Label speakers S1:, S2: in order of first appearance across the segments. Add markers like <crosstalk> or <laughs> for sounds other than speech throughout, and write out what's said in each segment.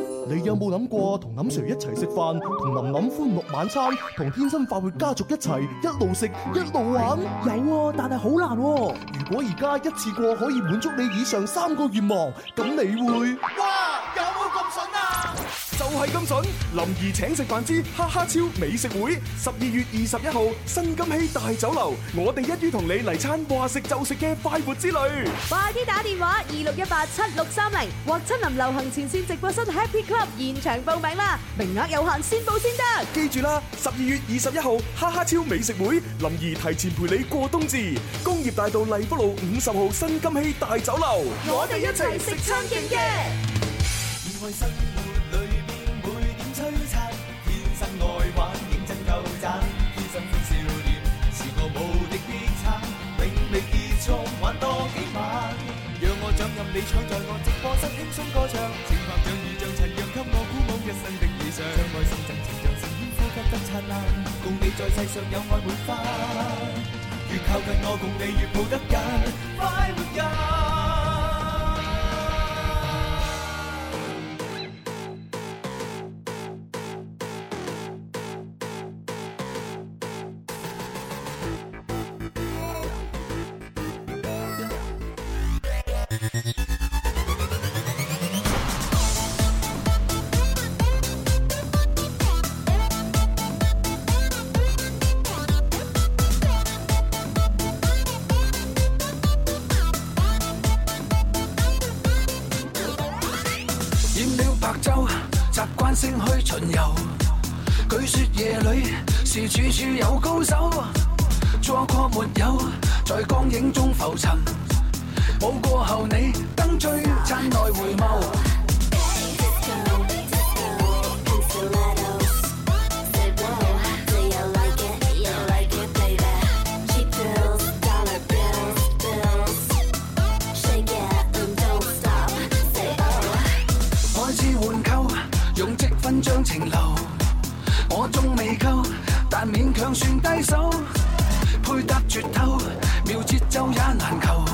S1: 你有冇諗過同林 Sir 一齊食飯，同琳琳歡樂晚餐，同天生快活家族一齊一路食一路玩？
S2: 有啊，但係好難喎。
S1: 如果而家一次過可以滿足你以上三個願望，咁你會？
S3: 哇！有冇咁筍啊？
S4: 就係咁筍，林兒請食飯之哈哈超美食會，十二月二十一號新金禧大酒樓，我哋一於同你嚟餐話食就食嘅快活之旅。
S5: 快啲打電話二六一八七六三零或親臨流行前線直播室 Happy Club 現場報名啦，名額有限，先報先得。
S4: 記住啦，十二月二十一號哈哈超美食會，林兒提前陪你過冬至，工業大道荔福路五十號新金禧大酒樓，
S5: 我哋一齊食餐勁嘅。
S3: 要愛生活裏邊每點璀璨，天生愛玩認真夠盞，天生歡笑臉是個無敵必撐，永未結束玩多幾晚，讓我掌任理想，在我直播室輕鬆歌唱，情拍像雨像塵，讓給我鼓舞一生的理想，將愛心贈情像神煙，呼吸得燦爛，共你在世上有愛滿花，越靠近我共你越抱得緊，快活人。
S6: 染了白晝，習慣性去巡遊。據說夜裏是處處有高手，錯過沒有，在光影中浮沉。冇過後你燈璀璨內回眸。開始換購，用積分將情流。我仲未夠，但勉強算低手。配搭絕透，妙節奏也難求。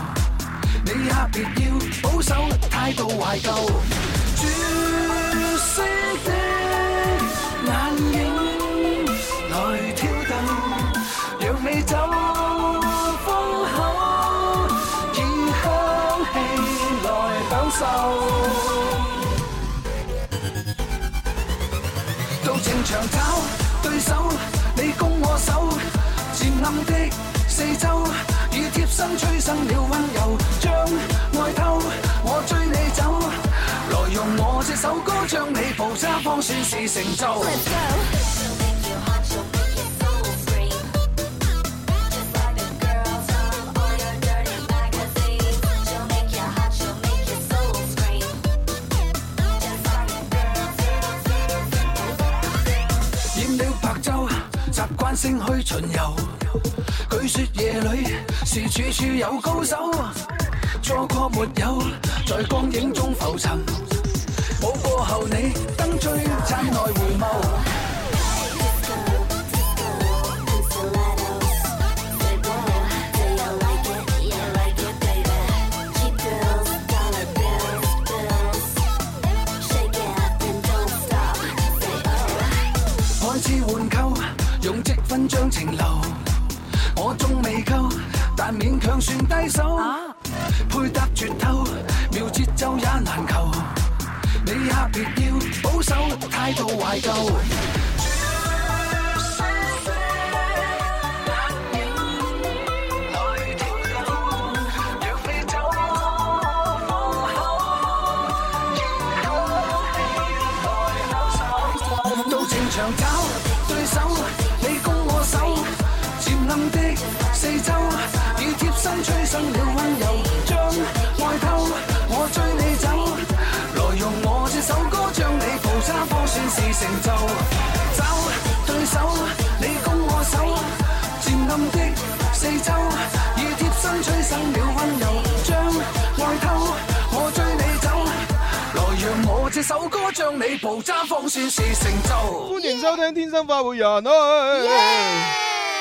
S6: 你也別要保守，態度懷舊。絕色的眼影來挑逗，讓你走風口，以香氣來享受。到情場找對手，你攻我守，漸暗的四周，已貼身催生了溫柔，將愛偷，我追你走，來用我這首歌將你捕揸，方算是成就。染了白晝，習慣性去巡遊。據說夜裏是處處有高手，錯過沒有，在光影中浮沉。冇過後你燈璀璨內回眸。
S7: oh.
S6: 開始換購，用積分將情流。我仲未夠，但勉強算低手。配搭絕透，妙節奏也難求。你也別要保守，態度懷舊。到情場找對手，你攻我守，漸暗的四周，已貼身催生了溫柔，將愛偷，我追你走，來用我這首歌將你捕揸，方算是成就。找對手，你攻我守，漸暗的四周，已貼身催生了溫柔，將愛偷，我追你走，來讓我這首歌將你捕揸，方算是成就。
S8: 歡迎收聽《天生快活人》啊！哎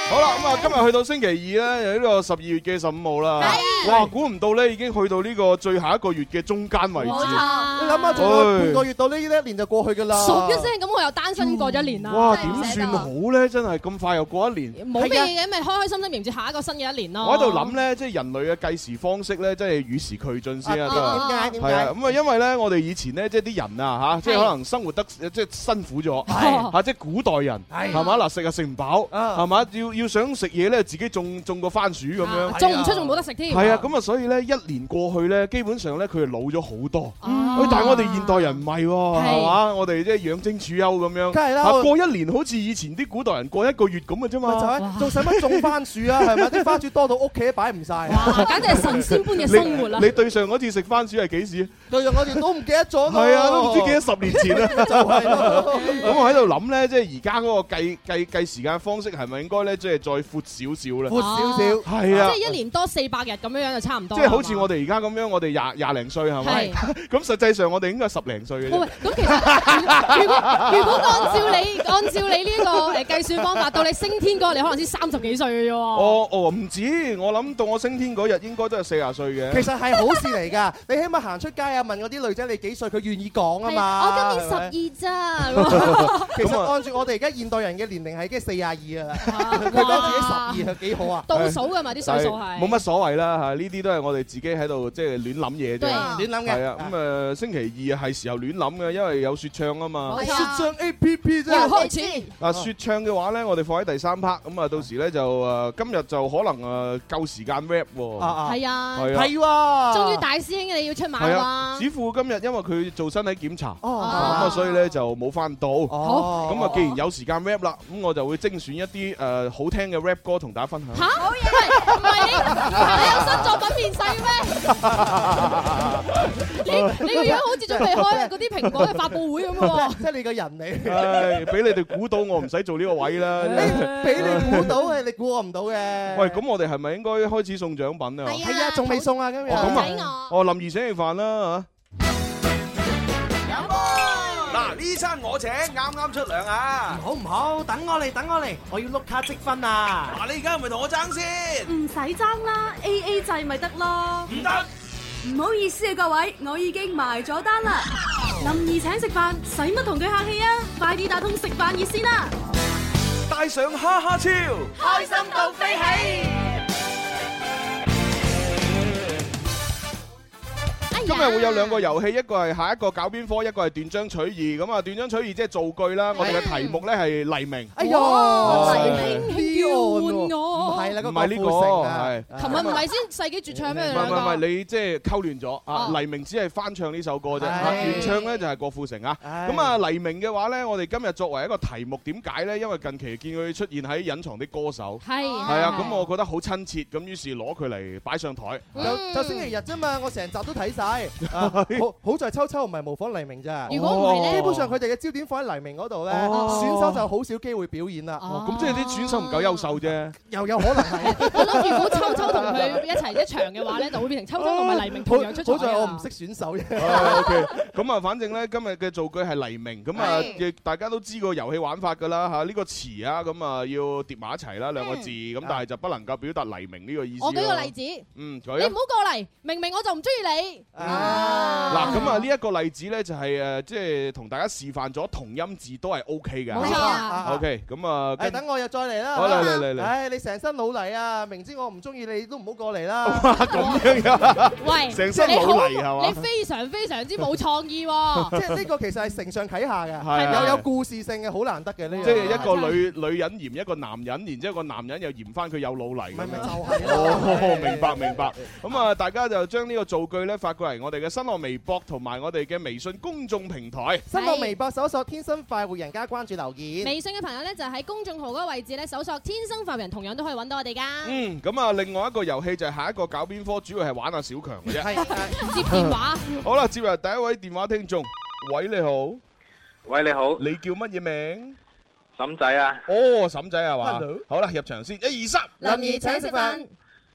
S8: 好啦，咁啊，今日去到星期二咧，有呢個十二月嘅十五號啦。
S7: 係
S8: 哇，估唔到咧，已經去到呢個最後一個月嘅中間位
S7: 冇
S8: 置。
S7: 錯。
S9: 你諗下，仲有半個月到呢一年就過去㗎
S8: 哦
S9: 啦。
S7: 哦熟一聲咁，我又單身過咗一年啦。
S8: 哇，
S7: 真係唔
S8: 點
S7: 捨
S8: 算
S7: 得
S8: 好咧？真係咁快又過一年。
S7: 冇咩嘢，咪開開心心迎接下一個新嘅一年咯。
S8: 嗯啊我喺度諗咧，即係人類嘅計時方式咧，真係與時俱進先啊，真係。
S7: 啊，
S8: 係啊，咁啊，因為咧，我哋以前咧，即係啲人啊，嚇，即係可能生活得即係辛苦咗，
S7: 係
S8: 嚇，即係古代人
S9: 係
S8: 係嘛，嗱食啊食唔飽，
S9: 啊
S8: 係嘛，要要想食嘢咧，自己種種個番薯咁樣，
S7: 種唔出仲冇得食添。
S8: 係啊，咁啊，所以咧一年過去咧，基本上咧佢係老咗好多。
S7: 啊
S8: 喂，但係我哋現代人唔係喎，
S7: 係
S8: 係嘛？我哋即係養精處優咁樣，
S9: 梗係啦
S8: 啊
S9: 我
S8: 過一年好似以前啲古代人過一個月咁嘅啫
S9: 咪就
S8: 嘛。
S9: 係仲使乜種番薯
S7: <laughs>
S9: 啊？係咪啲番薯多到屋企都擺唔晒？
S7: 哇，啊簡直係神仙般嘅生活啦
S8: 你！你對上嗰次食番薯係幾時？
S9: 對我哋都唔記得咗咯。
S8: 係啊，都唔知幾多十年前啦。
S9: 哦 <laughs> 就係
S8: <laughs> 咁
S9: 咯。
S8: 我喺度諗咧，即係而家嗰個計計計時間方式係咪應該咧，即係再闊少少咧？
S9: 闊少少。
S8: 係
S7: 即
S8: 啊，
S7: 係一年多四百日咁樣樣就差唔多
S8: 即
S7: 啦。
S8: 係好似
S7: 係嘛
S8: 我哋而家咁樣，我哋廿廿零歲係咪
S7: 係？
S8: <laughs> 咁實際上我哋應該係十零歲嘅啫。
S7: 喂，咁其實如 <laughs> 如果如果按照你按照你呢個誒計算方法，到你升天嗰日，你可能先三十幾歲嘅啫喎。
S8: 哦哦，唔止，我諗到我升天嗰日應該都係四廿歲嘅。
S9: 其實係好事嚟㗎， <laughs> 你起碼行出街啊，問嗰啲女仔你幾歲，佢願意講啊嘛。
S7: 係
S9: 係咪
S7: 我今年十
S8: <laughs>
S7: 二咋咁啊，
S9: 其
S8: 咁
S9: 實
S8: 啊
S9: 按住我哋而家現代人嘅年齡係已經四廿二㗎啦，佢
S7: 哇
S9: 講自己十二係幾好啊？
S7: 倒啊數㗎嘛啲歲數係
S8: 冇乜所謂啦嚇，呢啲都係我哋自己喺度即係亂諗嘢
S7: 對
S8: 啫。
S9: 亂諗嘅。
S8: 係啊，咁誒星期二係時候亂諗嘅，因為有説唱啊嘛。
S7: 冇錯
S9: 雪上 A P P
S7: 又
S9: 啫。
S7: 開始
S8: 啊，説唱嘅話咧，我哋放喺第三 part，咁啊到時咧就誒今日就可能誒夠時間 rap
S9: 啊
S8: 喎。
S9: 啊，
S7: 係啊，
S8: 係啊，
S9: 係喎。
S7: 終於大師兄你要出馬
S8: 係
S7: 啦
S8: 啊，。子富今日因為佢做身體檢查，咁
S9: 哦。
S8: 啊所以咧就冇翻到。
S9: 哦。
S8: 咁啊，既然有時間 rap 啦，咁我就會精選一啲誒好聽嘅 rap 歌同大家分享。 <laughs>
S7: 嚇！好嘢！唔係你，你有新作品面世咩？你你個樣好似準備開嗰啲蘋果嘅發佈會咁嘅喎。
S9: 即係你個人嚟。
S8: 唉，俾你哋估到我唔使做呢個位啦。
S9: 俾你估到嘅，你估我唔到嘅。
S8: 喂，咁我哋係咪應該開始送獎品啊？
S9: 係啊，仲未送啊，今日。
S8: 哦咁
S7: 睇我。
S8: 哦，林怡請食飯啦
S4: 嗱，呢餐我請，啱啱出糧啊！
S10: 好唔好？等我嚟，等我嚟，我要碌卡積分啊！
S4: 嗱，你而家係咪同我爭先？
S11: 唔使爭啦，A A 制咪得咯。
S4: 唔得，
S11: 唔好意思啊，各位，我已經埋咗單啦。林兒請食飯，使乜同佢客氣啊？快啲打通食飯熱先啦！
S4: 帶上哈哈超。
S11: 開心到飛起！
S8: 嚇！
S7: 哎呀
S8: 今日會有兩個遊戲，一個係下一個搞邊科，一個係斷章取義。咁啊，斷章取義即係造句啦。我哋嘅題目咧係黎明，
S9: 哎呀，
S8: 黎
S7: 明叫喚我
S9: 啊唔係啦，嗰個
S8: 唔係呢個哦
S9: 富城啊
S8: 係
S9: 啊
S7: 琴日唔係先世紀絕唱咩？
S8: 唔
S7: 你
S8: 係
S7: 兩
S8: 唔係唔係，
S7: 個。
S8: 你即係溝亂咗啊！
S7: 哦
S8: 黎明只係翻唱呢首歌啫，
S9: 係
S8: 啊原唱咧就係郭富城啊。
S9: 唉
S8: 咁啊，黎明嘅話咧，我哋今日作為一個題目，點解咧？因為近期見佢出現喺隱藏的歌手。
S7: 係
S8: 係啊，咁我覺得好親切，咁於是攞佢嚟擺上台。
S7: 啊
S9: 就就星期日啫嘛，我成集都睇晒。
S10: <laughs>
S9: 啊好好在秋秋唔係模仿黎明咋，
S7: 如果唔係
S9: 基
S7: 咧，
S9: 本上佢哋嘅焦點放喺黎明嗰度咧，
S8: 哦
S9: 選手就好少機會表演啦，
S7: 哦
S8: 咁即係啲選手唔夠優秀。啫。
S9: 又有可能係。
S7: 我諗如果秋秋同佢一齊一場嘅話咧，就會變成秋秋同埋黎明同樣出場。
S9: 好好在我唔識。選手
S7: 啊
S9: 啫。
S8: O K，咁啊，反正咧今日嘅造句係黎明，咁啊，亦大家都知個遊戲玩法㗎啦嚇。呢個詞啊，咁啊要疊埋一齊啦，兩個字，咁但係就不能夠表達黎明呢個意思。
S7: 嗯啊我舉個例，子，你
S8: 嗯，
S7: 唔
S8: 舉
S7: 好
S8: 啊。
S7: 過嚟，明明我就唔中意你。
S9: 啊
S8: 嗱，咁啊呢一個例子咧就係誒，即係同大家示範咗同音字都係 O K
S7: 冇
S8: 嘅
S7: 錯。
S8: O。K，咁啊，
S9: 誒，
S8: 跟
S9: 等我又再嚟啦。
S8: 好嚟嚟嚟嚟
S9: 唉，你成身老泥啊！明知我唔中意你，都唔好過
S10: <laughs>
S9: 嚟啦。
S8: 咁樣㗎，
S7: 喂，
S8: 成身
S7: 你好
S8: 老泥係嘛
S7: 你非常非常之冇創意喎。
S9: 即係呢個其實係承上啟下
S8: 係
S9: 嘅，
S8: 係啊
S9: 又有故事性嘅，好難得嘅呢樣。
S8: 即係一個女女人嫌一個男人，然之後個男人又嫌翻佢有老
S9: 唔
S8: 泥咁
S9: 係咪
S8: 樣
S9: 就。係
S8: 哦，明白明白。咁啊，大家就將呢個造句咧發過嚟我哋嘅新浪微博同埋我哋嘅微信公眾平台。
S9: 新浪微博搜索天生快活人家關注留言。
S7: 微信嘅朋友咧就喺公眾號嗰個位置咧搜索「天生快活人」，同樣都可以揾到我哋噶。
S8: 嗯，咁啊，另外一個遊戲就係下一個搞邊科，主要係玩下小強
S9: <laughs>
S8: 嘅啫。
S9: 係係
S7: 接電話，
S8: 好啦，接入第一位電話聽眾，喂，你好，
S12: 喂，你好，
S8: 你叫乜嘢名？
S12: 沈仔啊，
S8: 哦，嬸仔係嘛
S9: Hello？
S8: 好啦，入場先，一二三。
S9: 林怡請食飯，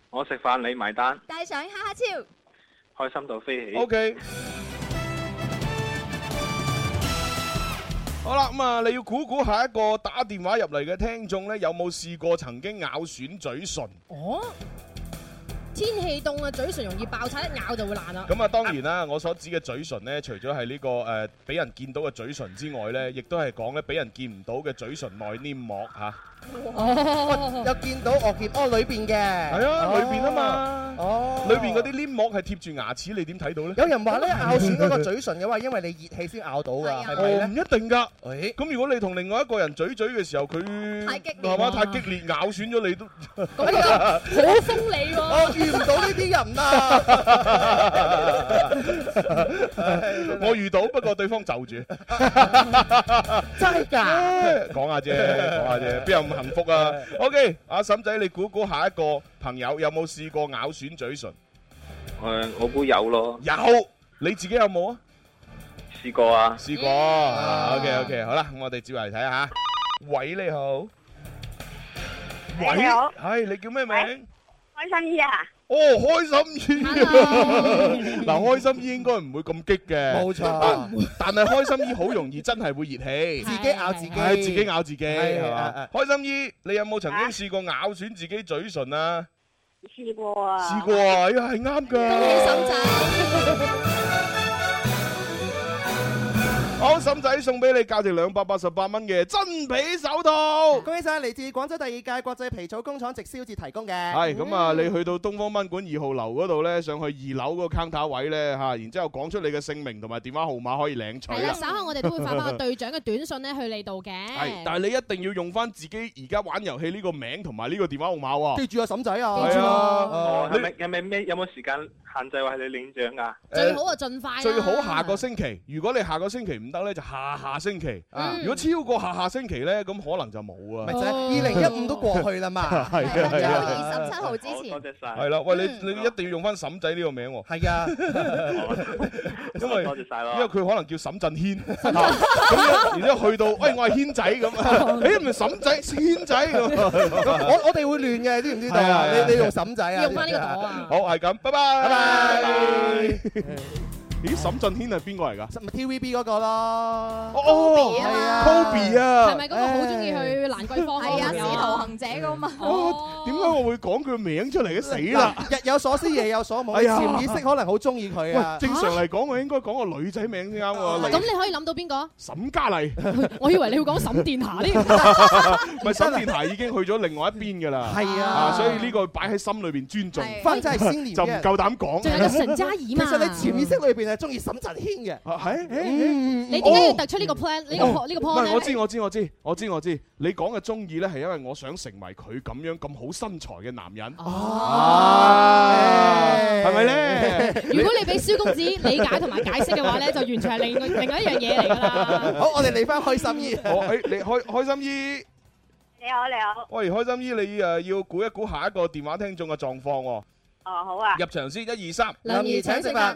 S12: 我食飯你埋單，
S11: 帶上哈哈超。
S12: 開心到飛起。
S8: O K。好啦，咁啊，你要估估下一個打電話入嚟嘅聽眾咧，有冇試過曾經咬損嘴唇？
S7: 哦，天氣凍啊，嘴唇容易爆擦，一咬就會爛啦。
S8: 咁啊，當然啦，我所指嘅嘴唇咧，除咗係呢個誒俾人見到嘅嘴唇之外咧，亦都係講咧俾人見唔到嘅嘴唇內黏膜嚇。
S7: 哦，
S2: 又見到我見哦裏邊嘅，
S8: 係
S2: 係
S8: 啊，裏邊啊嘛，
S2: 哦，
S8: 裏邊嗰啲黏膜係貼住牙齒，你點睇到咧？
S2: 有人話咧咬損嗰個嘴唇嘅話，因為你熱氣先咬到啊，係咪
S8: 哦，唔
S2: 咧？
S8: 一定㗎。
S2: 誒，
S8: 咁如果你同另外一個人嘴嘴嘅時候，佢
S7: 太激烈
S8: 係嘛
S7: 啦
S8: 太激烈咬損咗你都，
S7: 咁就好鋒利喎。
S2: 我遇唔到呢啲人啊！
S8: 我遇到，不過對方就住，
S2: <laughs> 真係㗎，
S8: <laughs> 講下啫，講下啫，邊有咁幸
S2: <laughs>
S8: 福啊？OK，阿嬸仔，你估估下一個朋友有冇試過咬損嘴唇？
S13: 誒，我估有咯，
S8: 有，你自己有冇啊？
S13: 試過啊。
S8: 試過，OK OK，好啦，咁我哋接嚟睇下。喂，你好。喂，
S14: 你好
S8: 係你叫咩名？
S14: 開心啲啊！
S8: 哦，開心姨。 <laughs> 嗱，開心姨應該唔會咁激嘅，
S2: 冇錯
S8: 啊但係開心姨好容易真係會熱氣，
S2: 自己咬自己，
S8: 係自己咬自己，
S2: 係
S8: 係嘛
S2: 啊？
S8: 開心姨，你有冇曾經
S14: 啊
S8: 試過咬損自己嘴唇啊？
S14: 試過啊，
S8: 試過啊，哎呀，係啱㗎。
S7: 恭喜嬸仔，
S8: 好，嬸仔送俾你價值兩百八十八蚊嘅真皮手
S2: <laughs>
S8: 套。
S2: 恭喜晒嚟自廣州第二屆國際皮草工廠直銷節提供嘅。
S8: 係咁啊！你去到東方賓館二號樓嗰度咧，上去二樓嗰個 counter 位咧嚇，然之後講出你嘅姓名同埋電話號碼可以領取
S7: 係啦，
S8: 啦。
S7: 稍後我哋都會發翻個隊長嘅短信咧去你度嘅。
S8: 係，但係你一定要用翻自己而家玩遊戲呢個名同埋呢個電話號碼喎。
S2: 記住啊，嬸仔啊，
S8: 記住啊
S13: 哦，
S8: 你
S13: 係咪係咪咩？有冇時間限制話係你領獎噶？
S7: 最好啊就盡快啦
S8: 最好下個星期，如果你下個星期唔得咧，就下下星期。
S7: 嗯
S8: 如果超過下下星期咧，咁可能就冇啊
S2: 咪就
S8: 啦。
S2: 係二零一五都過去啦 <laughs> 嘛。
S8: 係啊係
S14: 到
S8: 啊，
S14: 二十七號之
S13: 好多
S14: 前，
S13: 謝晒。
S8: 係啦！喂，你你一定要用翻嬸仔呢個名 <laughs> 喎，
S2: 係啊，
S13: 哦
S8: 因為
S13: 多謝晒
S8: 因為
S13: 咯。
S8: 佢可能叫沈振軒， <laughs> 咁樣然之後去到，喂，我係軒仔 <laughs> 咁，誒唔係沈仔，軒仔 <laughs> 咁。
S2: 我我哋會亂嘅，知唔知道
S8: 係啊
S2: 啊？
S8: 係啊
S2: 你你用嬸仔啊？
S7: 要用翻呢個朵啊。
S8: 好，係咁，拜拜，拜拜。 <laughs> 咦，沈振軒係邊個嚟㗎？
S2: 咪 TVB 嗰個咯。
S8: 哦
S14: 啊嘛
S8: ，Kobe 啊
S7: 係，咪嗰個好中意去蘭桂坊嗰個
S14: 係啊，
S7: 朋
S14: 使
S7: 友
S14: 徒行者噶嘛，
S8: 哦，點解我會講佢名出嚟嘅？死啦！
S2: 嗱，日有所思，夜有所夢，
S8: 哎呀
S2: 潛意識可能好中意
S8: 喂
S2: 佢啊，。
S8: 正常嚟講，我應該講個女仔名先啱喎，
S7: 咁
S8: 例
S7: 你可以諗到邊個？
S8: 如沈嘉麗，唔
S7: 我以為你會講沈殿霞呢？
S8: 係沈電台已經去咗另外一邊㗎啦，
S2: 係
S8: 啊，
S2: 啊，
S8: 所以呢個擺喺心裏邊尊重，
S14: 係
S2: 分真係先年
S8: 就唔
S2: 嘅。
S8: 夠膽講。 <laughs>
S7: 仲有個陳嘉怡
S2: 其
S7: 嘛？
S2: 實你潛意識裏邊係中意沈振軒嘅。
S8: 啊係，誒誒
S2: 嗯，
S7: 你點解要突出呢個 plan 呢
S8: 哦
S7: 個呢個
S8: 唔
S7: point
S8: 係，
S7: 咧？
S8: 我知我知我知我知我知，你講嘅中意咧係因為我想成為佢咁樣咁好身材嘅男
S9: 哦
S8: 人，啊，
S9: 哎
S8: 係咪咧？
S7: 如果你俾蕭公子理解同埋解釋嘅話咧，就完全係另另外一樣嘢嚟
S8: <laughs>
S7: 㗎啦。
S2: 好，我哋嚟翻開心姨。
S8: 我誒你開開心姨，
S14: 你好你好，
S8: 喂開心姨，你誒要估一估下一個電話聽眾嘅狀況
S9: <laughs>
S8: 喎。 <laughs>
S14: 哦好啊，
S8: 入場先，一二三，
S2: 林怡請食飯，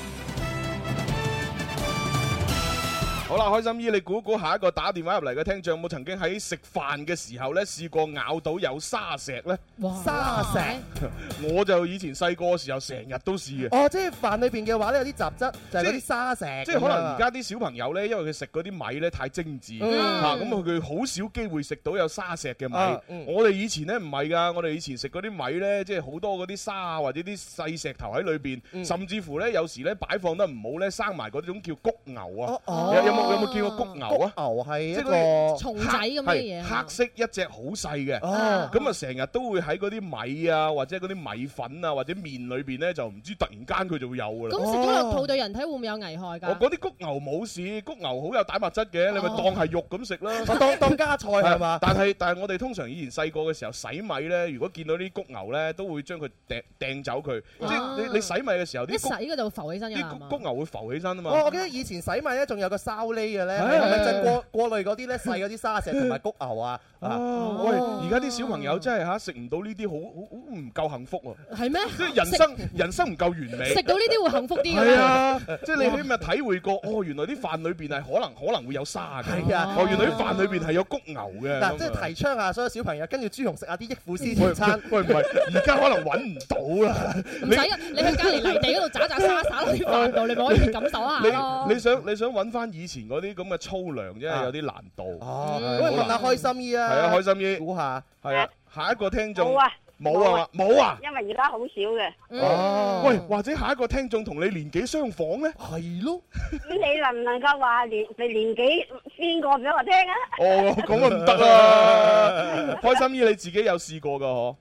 S8: 好啦，開心姨，你估估下一個打電話入嚟嘅聽眾有冇曾經喺食飯嘅時候咧試過咬到有沙石咧？
S7: 哇
S2: 沙石
S8: 我就以前細個嘅時候成日都試嘅。 <laughs>
S2: 哦，即係飯裏邊嘅話咧，有啲雜質，就係嗰啲沙石。
S8: 即係可能而
S9: <laughs>
S8: 家啲小朋友咧，因為佢食嗰啲米咧太精緻嚇，
S2: 嗯
S8: 咁佢佢好少機會食到有沙石嘅
S2: 啊
S8: 米
S2: 嗯。
S8: 我哋以前咧唔係㗎，我哋以前食嗰啲米咧，即係好多嗰啲沙啊或者啲細石頭喺裏邊，
S2: 嗯
S8: 甚至乎咧有時咧擺放得唔好咧，生埋嗰種叫谷牛啊
S2: 哦。哦，
S8: 有有冇有冇見過谷牛啊？
S2: 牛係一
S8: 即係
S2: 個
S8: 嗰
S7: 蟲仔咁嘅
S8: 係
S7: 嘢啊
S8: 黑色一隻好細嘅。
S2: 哦
S8: 咁啊，成日都會喺嗰啲米啊，或者嗰啲米粉啊，或者面裏邊咧，就唔知突然間佢就會有㗎啦
S7: 咁。食咗落肚對人體會唔會有危
S8: 哦
S7: 害
S8: 我
S7: 㗎？
S8: 哦嗰啲谷牛冇事，谷牛好有蛋白質嘅，你咪
S7: 哦
S8: 當係肉咁食啦。
S2: 我當當家菜係嘛？
S8: 但係啊但係我哋通常以前細個嘅時候洗米咧，如果見到啲谷牛咧，都會將佢掟掟走佢。即係你你洗米嘅時候，
S7: 一
S8: 啲
S7: 洗
S8: 谷
S7: 嗰就浮起身㗎啦
S8: 啲
S7: 係
S11: 哦
S7: 嘛
S9: 哦
S8: 谷谷牛會浮起身啊嘛。
S2: 我我記得以前洗米咧，仲有個睄
S9: 玻璃嘅咧，
S8: 係啊
S9: 係咪
S8: 係啊
S9: 就過過濾嗰啲咧細嗰啲沙石同埋谷牛啊？
S8: <laughs>
S9: 啊
S8: 哦，喂，而家啲小朋友真係吓食唔到呢啲，好好好唔夠幸福喎。
S7: 係咩？
S8: 即係人生人生唔夠完美。
S7: 食到呢啲會幸福啲㗎
S8: 係啊
S7: 嘛，
S8: 即係你起碼體會過，哦，原來啲飯裏邊係可能可能會有沙嘅。
S9: 係啊
S8: 哦，原來啲飯裏邊係有谷牛嘅。
S9: 嗱，即
S8: 咁啊
S9: 係提倡下所有小朋友跟住朱紅食下啲益富師前餐。
S8: 喂，唔係，而家可能揾唔到啦。
S7: 唔使啊，你去隔離泥地嗰度渣渣沙沙落啲飯度，你咪可以感受下咯。
S8: 你你想你想揾翻以前嗰啲咁嘅粗糧，真係有啲難度。
S14: 啊
S9: 哦
S8: 嗯
S9: 喂問下開心姨啊
S8: 係啊，開心姨，
S9: 估下。
S8: 係啊，下一個聽眾
S14: 冇啊，嗯啊
S8: 冇啊嘛，冇啊。
S14: 因為而家好少嘅。
S7: 嗯
S8: 哦，喂，或者下一個聽眾同你年紀相仿
S14: <laughs>
S8: 咧？
S9: 係咯。
S14: 咁你能唔能夠話年你年紀邊個俾我聽啊？
S8: 哦，咁啊唔得啦！開心姨你自己有試過噶嗬？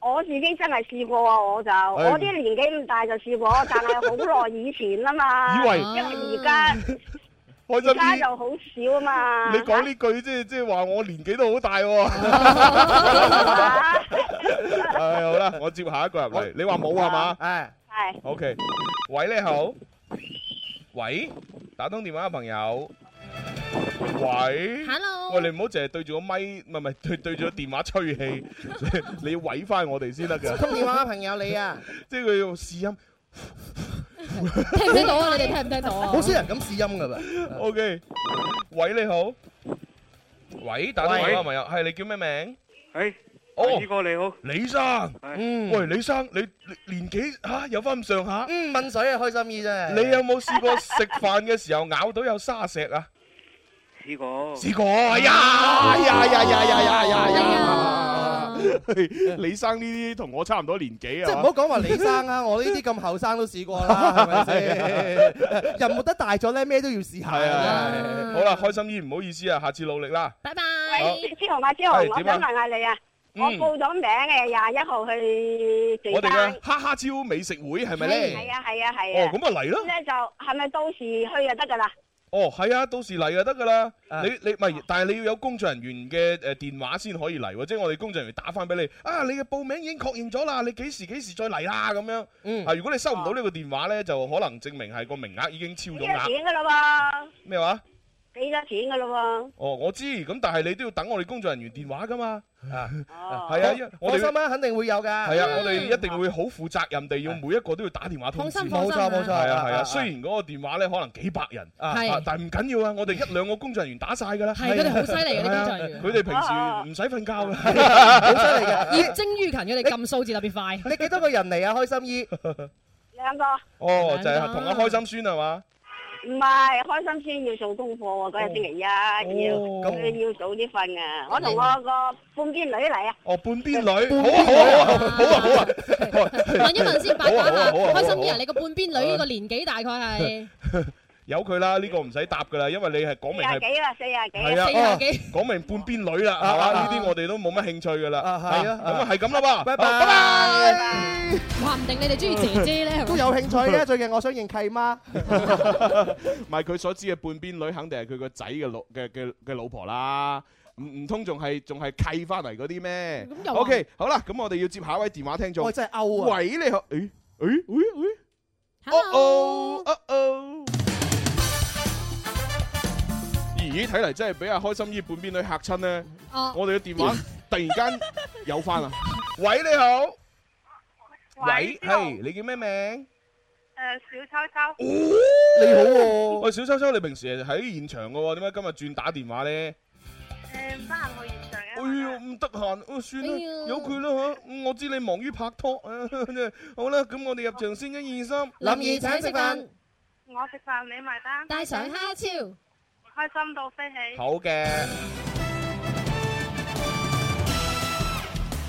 S14: 我自己真係試過啊，我就我啲年紀咁大就試過，但係好耐以前啊嘛。
S8: 以為
S14: 因為而家
S8: 開
S14: 而家
S8: 心
S14: 就好少啊嘛。
S8: 姨，你講呢句即係即係話我年紀都好大喎。
S14: <laughs>
S8: <laughs> 唉，好啦，我接下一個入嚟。你話冇啊係嘛？
S9: 誒，
S14: 係。
S8: O K，喂，你好，喂，打通電話嘅朋友，喂
S7: Hello
S8: 喂，你唔好淨係對住個咪，唔係唔係對對住個電話吹氣，你要毀翻我哋先得㗎。
S9: 通電話嘅朋友
S8: <laughs>
S9: 你啊，
S8: 即係佢要試音。
S7: 聽唔聽到啊？你哋聽唔聽到啊？
S9: 好少人咁試音㗎噃。
S8: O K，喂，你好，喂，打通電話嘅朋友，係你叫咩名？
S13: 誒，
S8: 哦，
S13: 哥你好，
S8: 李生，
S9: 嗯，
S8: 喂，李生，你你年紀嚇有翻咁上下，
S9: 嗯，問水啊，開心姨真係。
S8: 你有冇試過食飯嘅時候咬到有沙石啊？
S13: 試過，
S8: 試過，哎呀，哎呀哎呀哎呀哎呀哎呀哎
S7: 哎
S8: 呀！李生呢啲同我差唔多年紀啊，
S9: 即係唔好講話李生啊，我呢啲咁後生都試過啦，係咪先？
S8: <laughs> 啊
S9: <laughs> 人活得大咗咧，咩都要試下。
S8: 係啊，好啦，開心姨唔好意思啊，下次努力啦。
S7: 拜拜。
S14: 喂，朱紅啊，朱紅，我想問下你啊，我報咗名嘅廿一號去聚
S8: 我哋
S14: 餐
S8: 嘅。哈哈超美食會係咪咧？
S14: 係啊係啊係啊。
S8: 哦咁啊嚟咯
S14: 咧就係咪到時去就得㗎啦？
S8: 哦，係啊，到時嚟就得噶啦。你你唔係，但係你要有工作人員嘅誒電話先可以嚟喎，即係我哋工作人員打翻俾你啊，你嘅報名已經確認咗啦，你幾時幾時再嚟啦咁樣。啊，如果你收唔到呢個電話咧，就可能證明係個名額已經
S14: 幾
S8: 超
S14: 多
S8: 咗額。
S14: 錢㗎啦喎？
S8: 咩話？
S14: 幾多錢㗎啦喎？
S8: 哦，我知，咁但係你都要等我哋工作人員電話噶嘛。啊，
S14: 哦
S8: 係啊，因為我
S9: 放
S8: 哋
S9: 心啦，肯定會有㗎。
S8: 係啊，我哋一定會好負責任地要每一個都要打電話通知。
S9: 放心放心冇錯冇錯
S8: 係啊係
S9: 啊啊
S8: 啊。雖然嗰個電話咧可能幾百人，啊
S9: 係
S8: 啊但係唔緊要啊，我哋一兩個工作人員打晒㗎啦。啊
S7: 係佢哋好犀利嘅啲工作人員
S8: 佢哋平時唔使瞓覺㗎。
S9: 好犀利㗎。
S7: 業精於勤，佢哋撳數字特別快。
S9: 你幾多個人嚟啊？開心 <laughs> 姨，
S14: 兩個
S8: 哦，就係同阿開心孫係嘛？
S14: 唔係開心先要做功課喎，嗰日星期一要佢要早啲瞓啊！我同我個半邊女嚟啊，
S8: 哦，半邊女，好啊好
S7: <laughs>
S8: 啊好啊好啊好啊！
S7: 問一問先，八卦
S8: 好啊
S7: 下，
S8: 好啊好啊
S7: 開心啲啊！你個半邊女呢個年紀大概係
S8: 有佢啦，呢個唔使答㗎啦，因為你係講
S14: 四
S8: 明
S14: 廿
S8: 係。
S14: 幾啦，四廿幾
S8: 係
S14: 啊，
S8: 啊，哦
S7: 四廿幾
S8: 講明半邊女啦，係嘛？呢啲我哋都冇乜興趣㗎啦。
S9: 係啊
S8: 咁啊係咁啦噃，
S9: 拜
S8: 好拜拜。
S9: 拜。
S7: 話唔定你哋中意姐姐
S8: <laughs>
S7: 咧，係咪
S9: 都有興趣嘅，最近我想認契媽。
S8: 唔係佢所知嘅半邊女，肯定係佢個仔嘅老嘅嘅嘅老婆啦。唔唔通仲係仲係契翻嚟嗰啲咩
S7: 咁又話
S8: ？O K，好啦，咁我哋要接下一位電話聽眾。
S9: 我真係勾啊！
S8: 喂，你好，誒誒誒誒，
S7: ？Hello，
S8: 哦哦。咦，睇嚟真係俾阿開心姨半邊女嚇親咧。
S7: 哦，
S8: 我哋嘅電話突然
S9: <laughs>
S8: 間有翻啊！喂，你好。喂，係你叫咩名？
S14: Ờ, 誒小秋秋，
S9: 你好喎，
S8: 喂，小秋秋，你平時係喺現場嘅喎，點解今日轉打電話咧？
S14: 誒唔得閒去現場
S8: 哎呀， <laughs> 唔得閒，啊算啦
S7: 哎呀，
S8: 由佢啦吓。嗯我知你忙於拍拖， <laughs> 啊好啦，咁我哋入場先，一二三。
S9: 林兒請食飯，
S14: 我食飯你埋單，
S7: 帶上蝦超，
S14: 開心到飛起。
S8: 好嘅。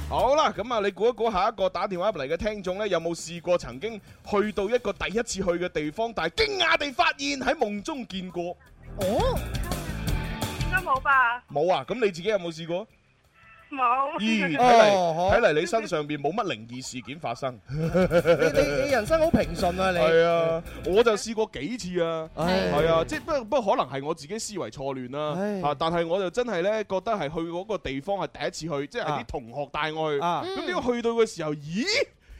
S8: 好啦，咁啊，你估一估下一個打電話入嚟嘅聽眾呢，有冇試過曾經去到一個第一次去嘅地方，但係驚訝地發現喺夢中見過？
S7: 哦，
S14: 應該冇吧？
S8: 冇啊，咁你自己有冇試過？
S14: 冇 <laughs>
S8: 咦，睇
S9: 哦
S8: 嚟睇嚟你身上邊冇乜靈異事件發生。
S9: 你你你人生好平順啊！你
S8: 係啊，我就試過幾次啊。
S9: 唉
S8: 係啊，即係不不過可能係我自己思維錯亂
S9: 唉
S8: 啦，嚇！但係我就真係咧覺得係去嗰個地方係第一次去，即係
S9: 啊
S8: 啲同學帶我去，
S9: 啊
S8: 咁點解去到嘅時候，咦？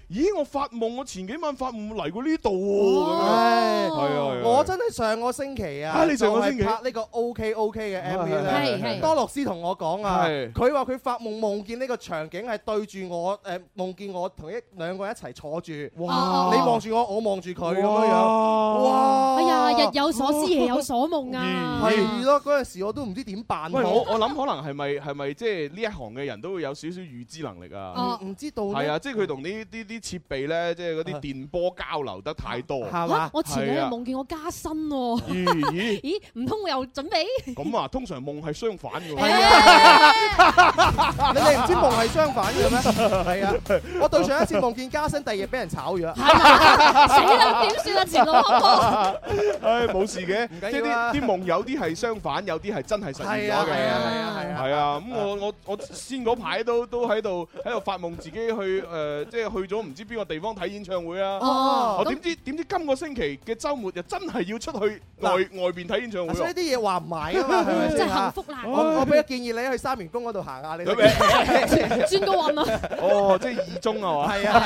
S8: 咦，我發夢，我前幾晚發夢嚟過呢度喎，咁樣
S9: 唉
S8: 係啊，係啊
S9: 我真係上個星期啊，
S8: 啊你上個星期
S9: 就係拍呢個 OK OK 嘅 MV
S8: 係係
S9: 咧，
S8: 係
S9: 多樂斯同我講啊，
S8: 係
S9: 佢話佢發夢夢見呢個場景係對住我，誒夢見我同一兩個人一齊坐住，
S7: 哇
S9: 你望住我，我望住佢
S8: 啊
S9: 咁樣樣，哇！
S7: 哎呀，日有所思，夜有所夢啊！
S9: 係咯，嗰陣時我都唔知點辦好
S8: 喂，我我諗可能係咪係咪即係呢一行嘅人都會有少少預知能力
S7: 哦
S8: 啊？
S9: 唔唔知道呢
S8: 係啊，即係佢同呢啲啲設備咧，即係嗰啲電波交流得太多，
S7: 嚇我前兩日
S8: 啊係啊
S7: 夢見我加薪喎。
S8: 咦咦
S7: <laughs> 咦，唔通我又
S8: <laughs>
S7: 準備？
S8: 咁啊，通常夢係相反嘅喎。
S9: <laughs> 你哋唔知夢係相反嘅咩？係啊，我對上一次夢見加薪，第二日俾人炒咗。
S7: 死啦點算啊前路坎坷
S8: 唉，冇事嘅，
S9: 緊
S8: 即係
S9: 要啊
S8: 啲啲夢有啲係相反，有啲係真係實現
S9: 係
S8: 咗
S9: 啊
S8: 嘅。
S9: 係啊係啊係啊
S8: 係啊，咁我我我先嗰排都都喺度喺度發夢，自己去誒，即係去咗唔知邊個地方睇演唱會啊。
S9: 哦
S8: 我
S9: 咁
S8: 點知點知今個星期嘅週末就真係要出去外外邊睇演唱會
S9: 所以
S8: 喎。
S9: 啲嘢話唔埋
S8: <laughs>
S9: 啊嘛，係咪先
S7: 真係幸福啦
S9: 我我俾個建議你去三元宮嗰度行下，你都
S7: 轉個運啊！
S8: <laughs> 哦，即係二中啊嘛。
S9: 係
S8: 啊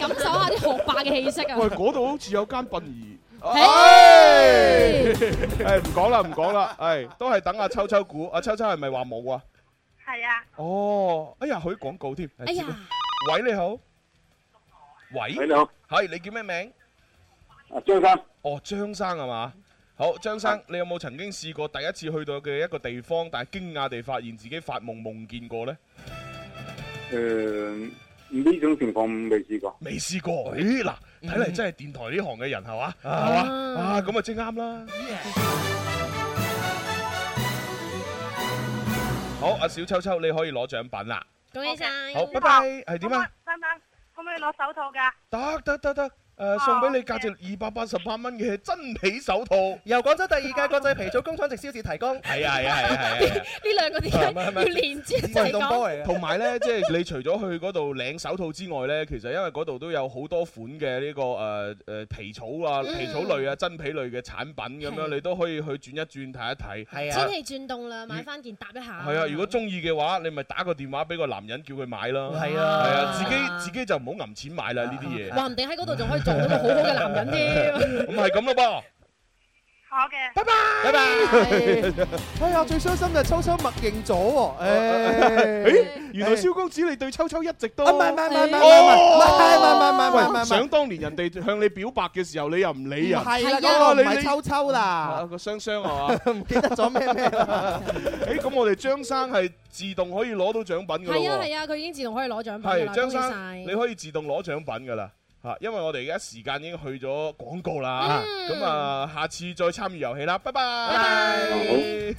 S7: 感受下啲學霸嘅氣息啊！
S8: 喂，嗰度好似有間殯儀。
S7: 嘿
S8: 誒唔講啦，唔講啦， <laughs> 係都係等阿秋秋估。阿秋秋係咪話冇啊？
S14: 係啊，
S8: 哦，哎呀，佢廣告添。
S14: 哎呀
S8: 喂，你好。喂，
S15: 喂你好，
S8: 係你叫咩名？
S15: 啊，張生。
S8: 哦，張生係嘛？好，張生，你有冇曾經試過第一次去到嘅一個地方，但係驚訝地發現自己發夢夢見過呢？
S15: 誒呢種情況未試過，
S8: 未試過。咦，嗱，睇嚟真係電台呢行嘅人係嘛？係嘛？啊，咁啊，即啱啦。好，阿小秋秋，你可以攞獎品啦。
S16: 恭喜晒！
S8: 好，拜拜。係點啊？
S14: 得唔得？可唔可以攞手套㗎？
S8: 得得得得，誒送俾你價值二百八十八蚊嘅真皮手套。
S9: 由廣州第二屆國際皮草工廠直銷市提供。
S8: 係啊係 <laughs> 啊係啊係啊！
S16: 呢兩個點解要連接一齊講？
S8: 同埋咧，即係你除咗去嗰度領手套之外咧，其實因為嗰度都有好多款嘅呢個誒誒皮草啊、
S16: 嗯
S8: 皮草類啊、真皮類嘅產品咁樣，
S16: 係
S8: 你都可以去轉一轉睇一睇。係啊
S16: 天氣轉凍啦，買翻件搭一下。
S8: 係啊，如果中意嘅話，你咪打個電話俾個男人叫佢買啦。
S9: 係
S16: 啊
S8: 係啊，自己自己就唔好揞錢買啦呢啲嘢。
S16: 話唔定喺嗰度仲可以做到個好好嘅男人添。
S8: 咁 <laughs> 係啊咁咯
S14: 好嘅。
S8: 噃，拜拜。
S9: 哎呀，最傷心就係秋秋默認咗喎。
S8: <laughs> 誒，原來蕭公子你對秋秋一直都
S9: 啊唔係唔係唔係唔係唔係
S8: 哦
S9: 唔係唔係唔係唔係唔係唔係
S8: 喂想當年人哋向你表白嘅時候，你又唔理人，
S9: 係啦，
S8: 啊
S9: 嗰個唔係秋秋啦
S8: 啊，個雙雙係嘛？
S9: 唔記得咗咩咩啦。
S16: <laughs>
S8: 誒，咁我哋張生係自動可以攞到獎品㗎
S16: 係啊
S8: 咯
S16: 係啊，佢已經自動可以攞獎品
S8: 喎，
S16: 㗎啦，
S8: 張
S16: 恭喜
S8: 生，
S16: 晒！
S8: 你可以自動攞獎品㗎啦。嚇，因為我哋而家時間已經去咗廣告啦，
S16: 嗯
S8: 咁啊，下次再參與遊戲啦，拜拜。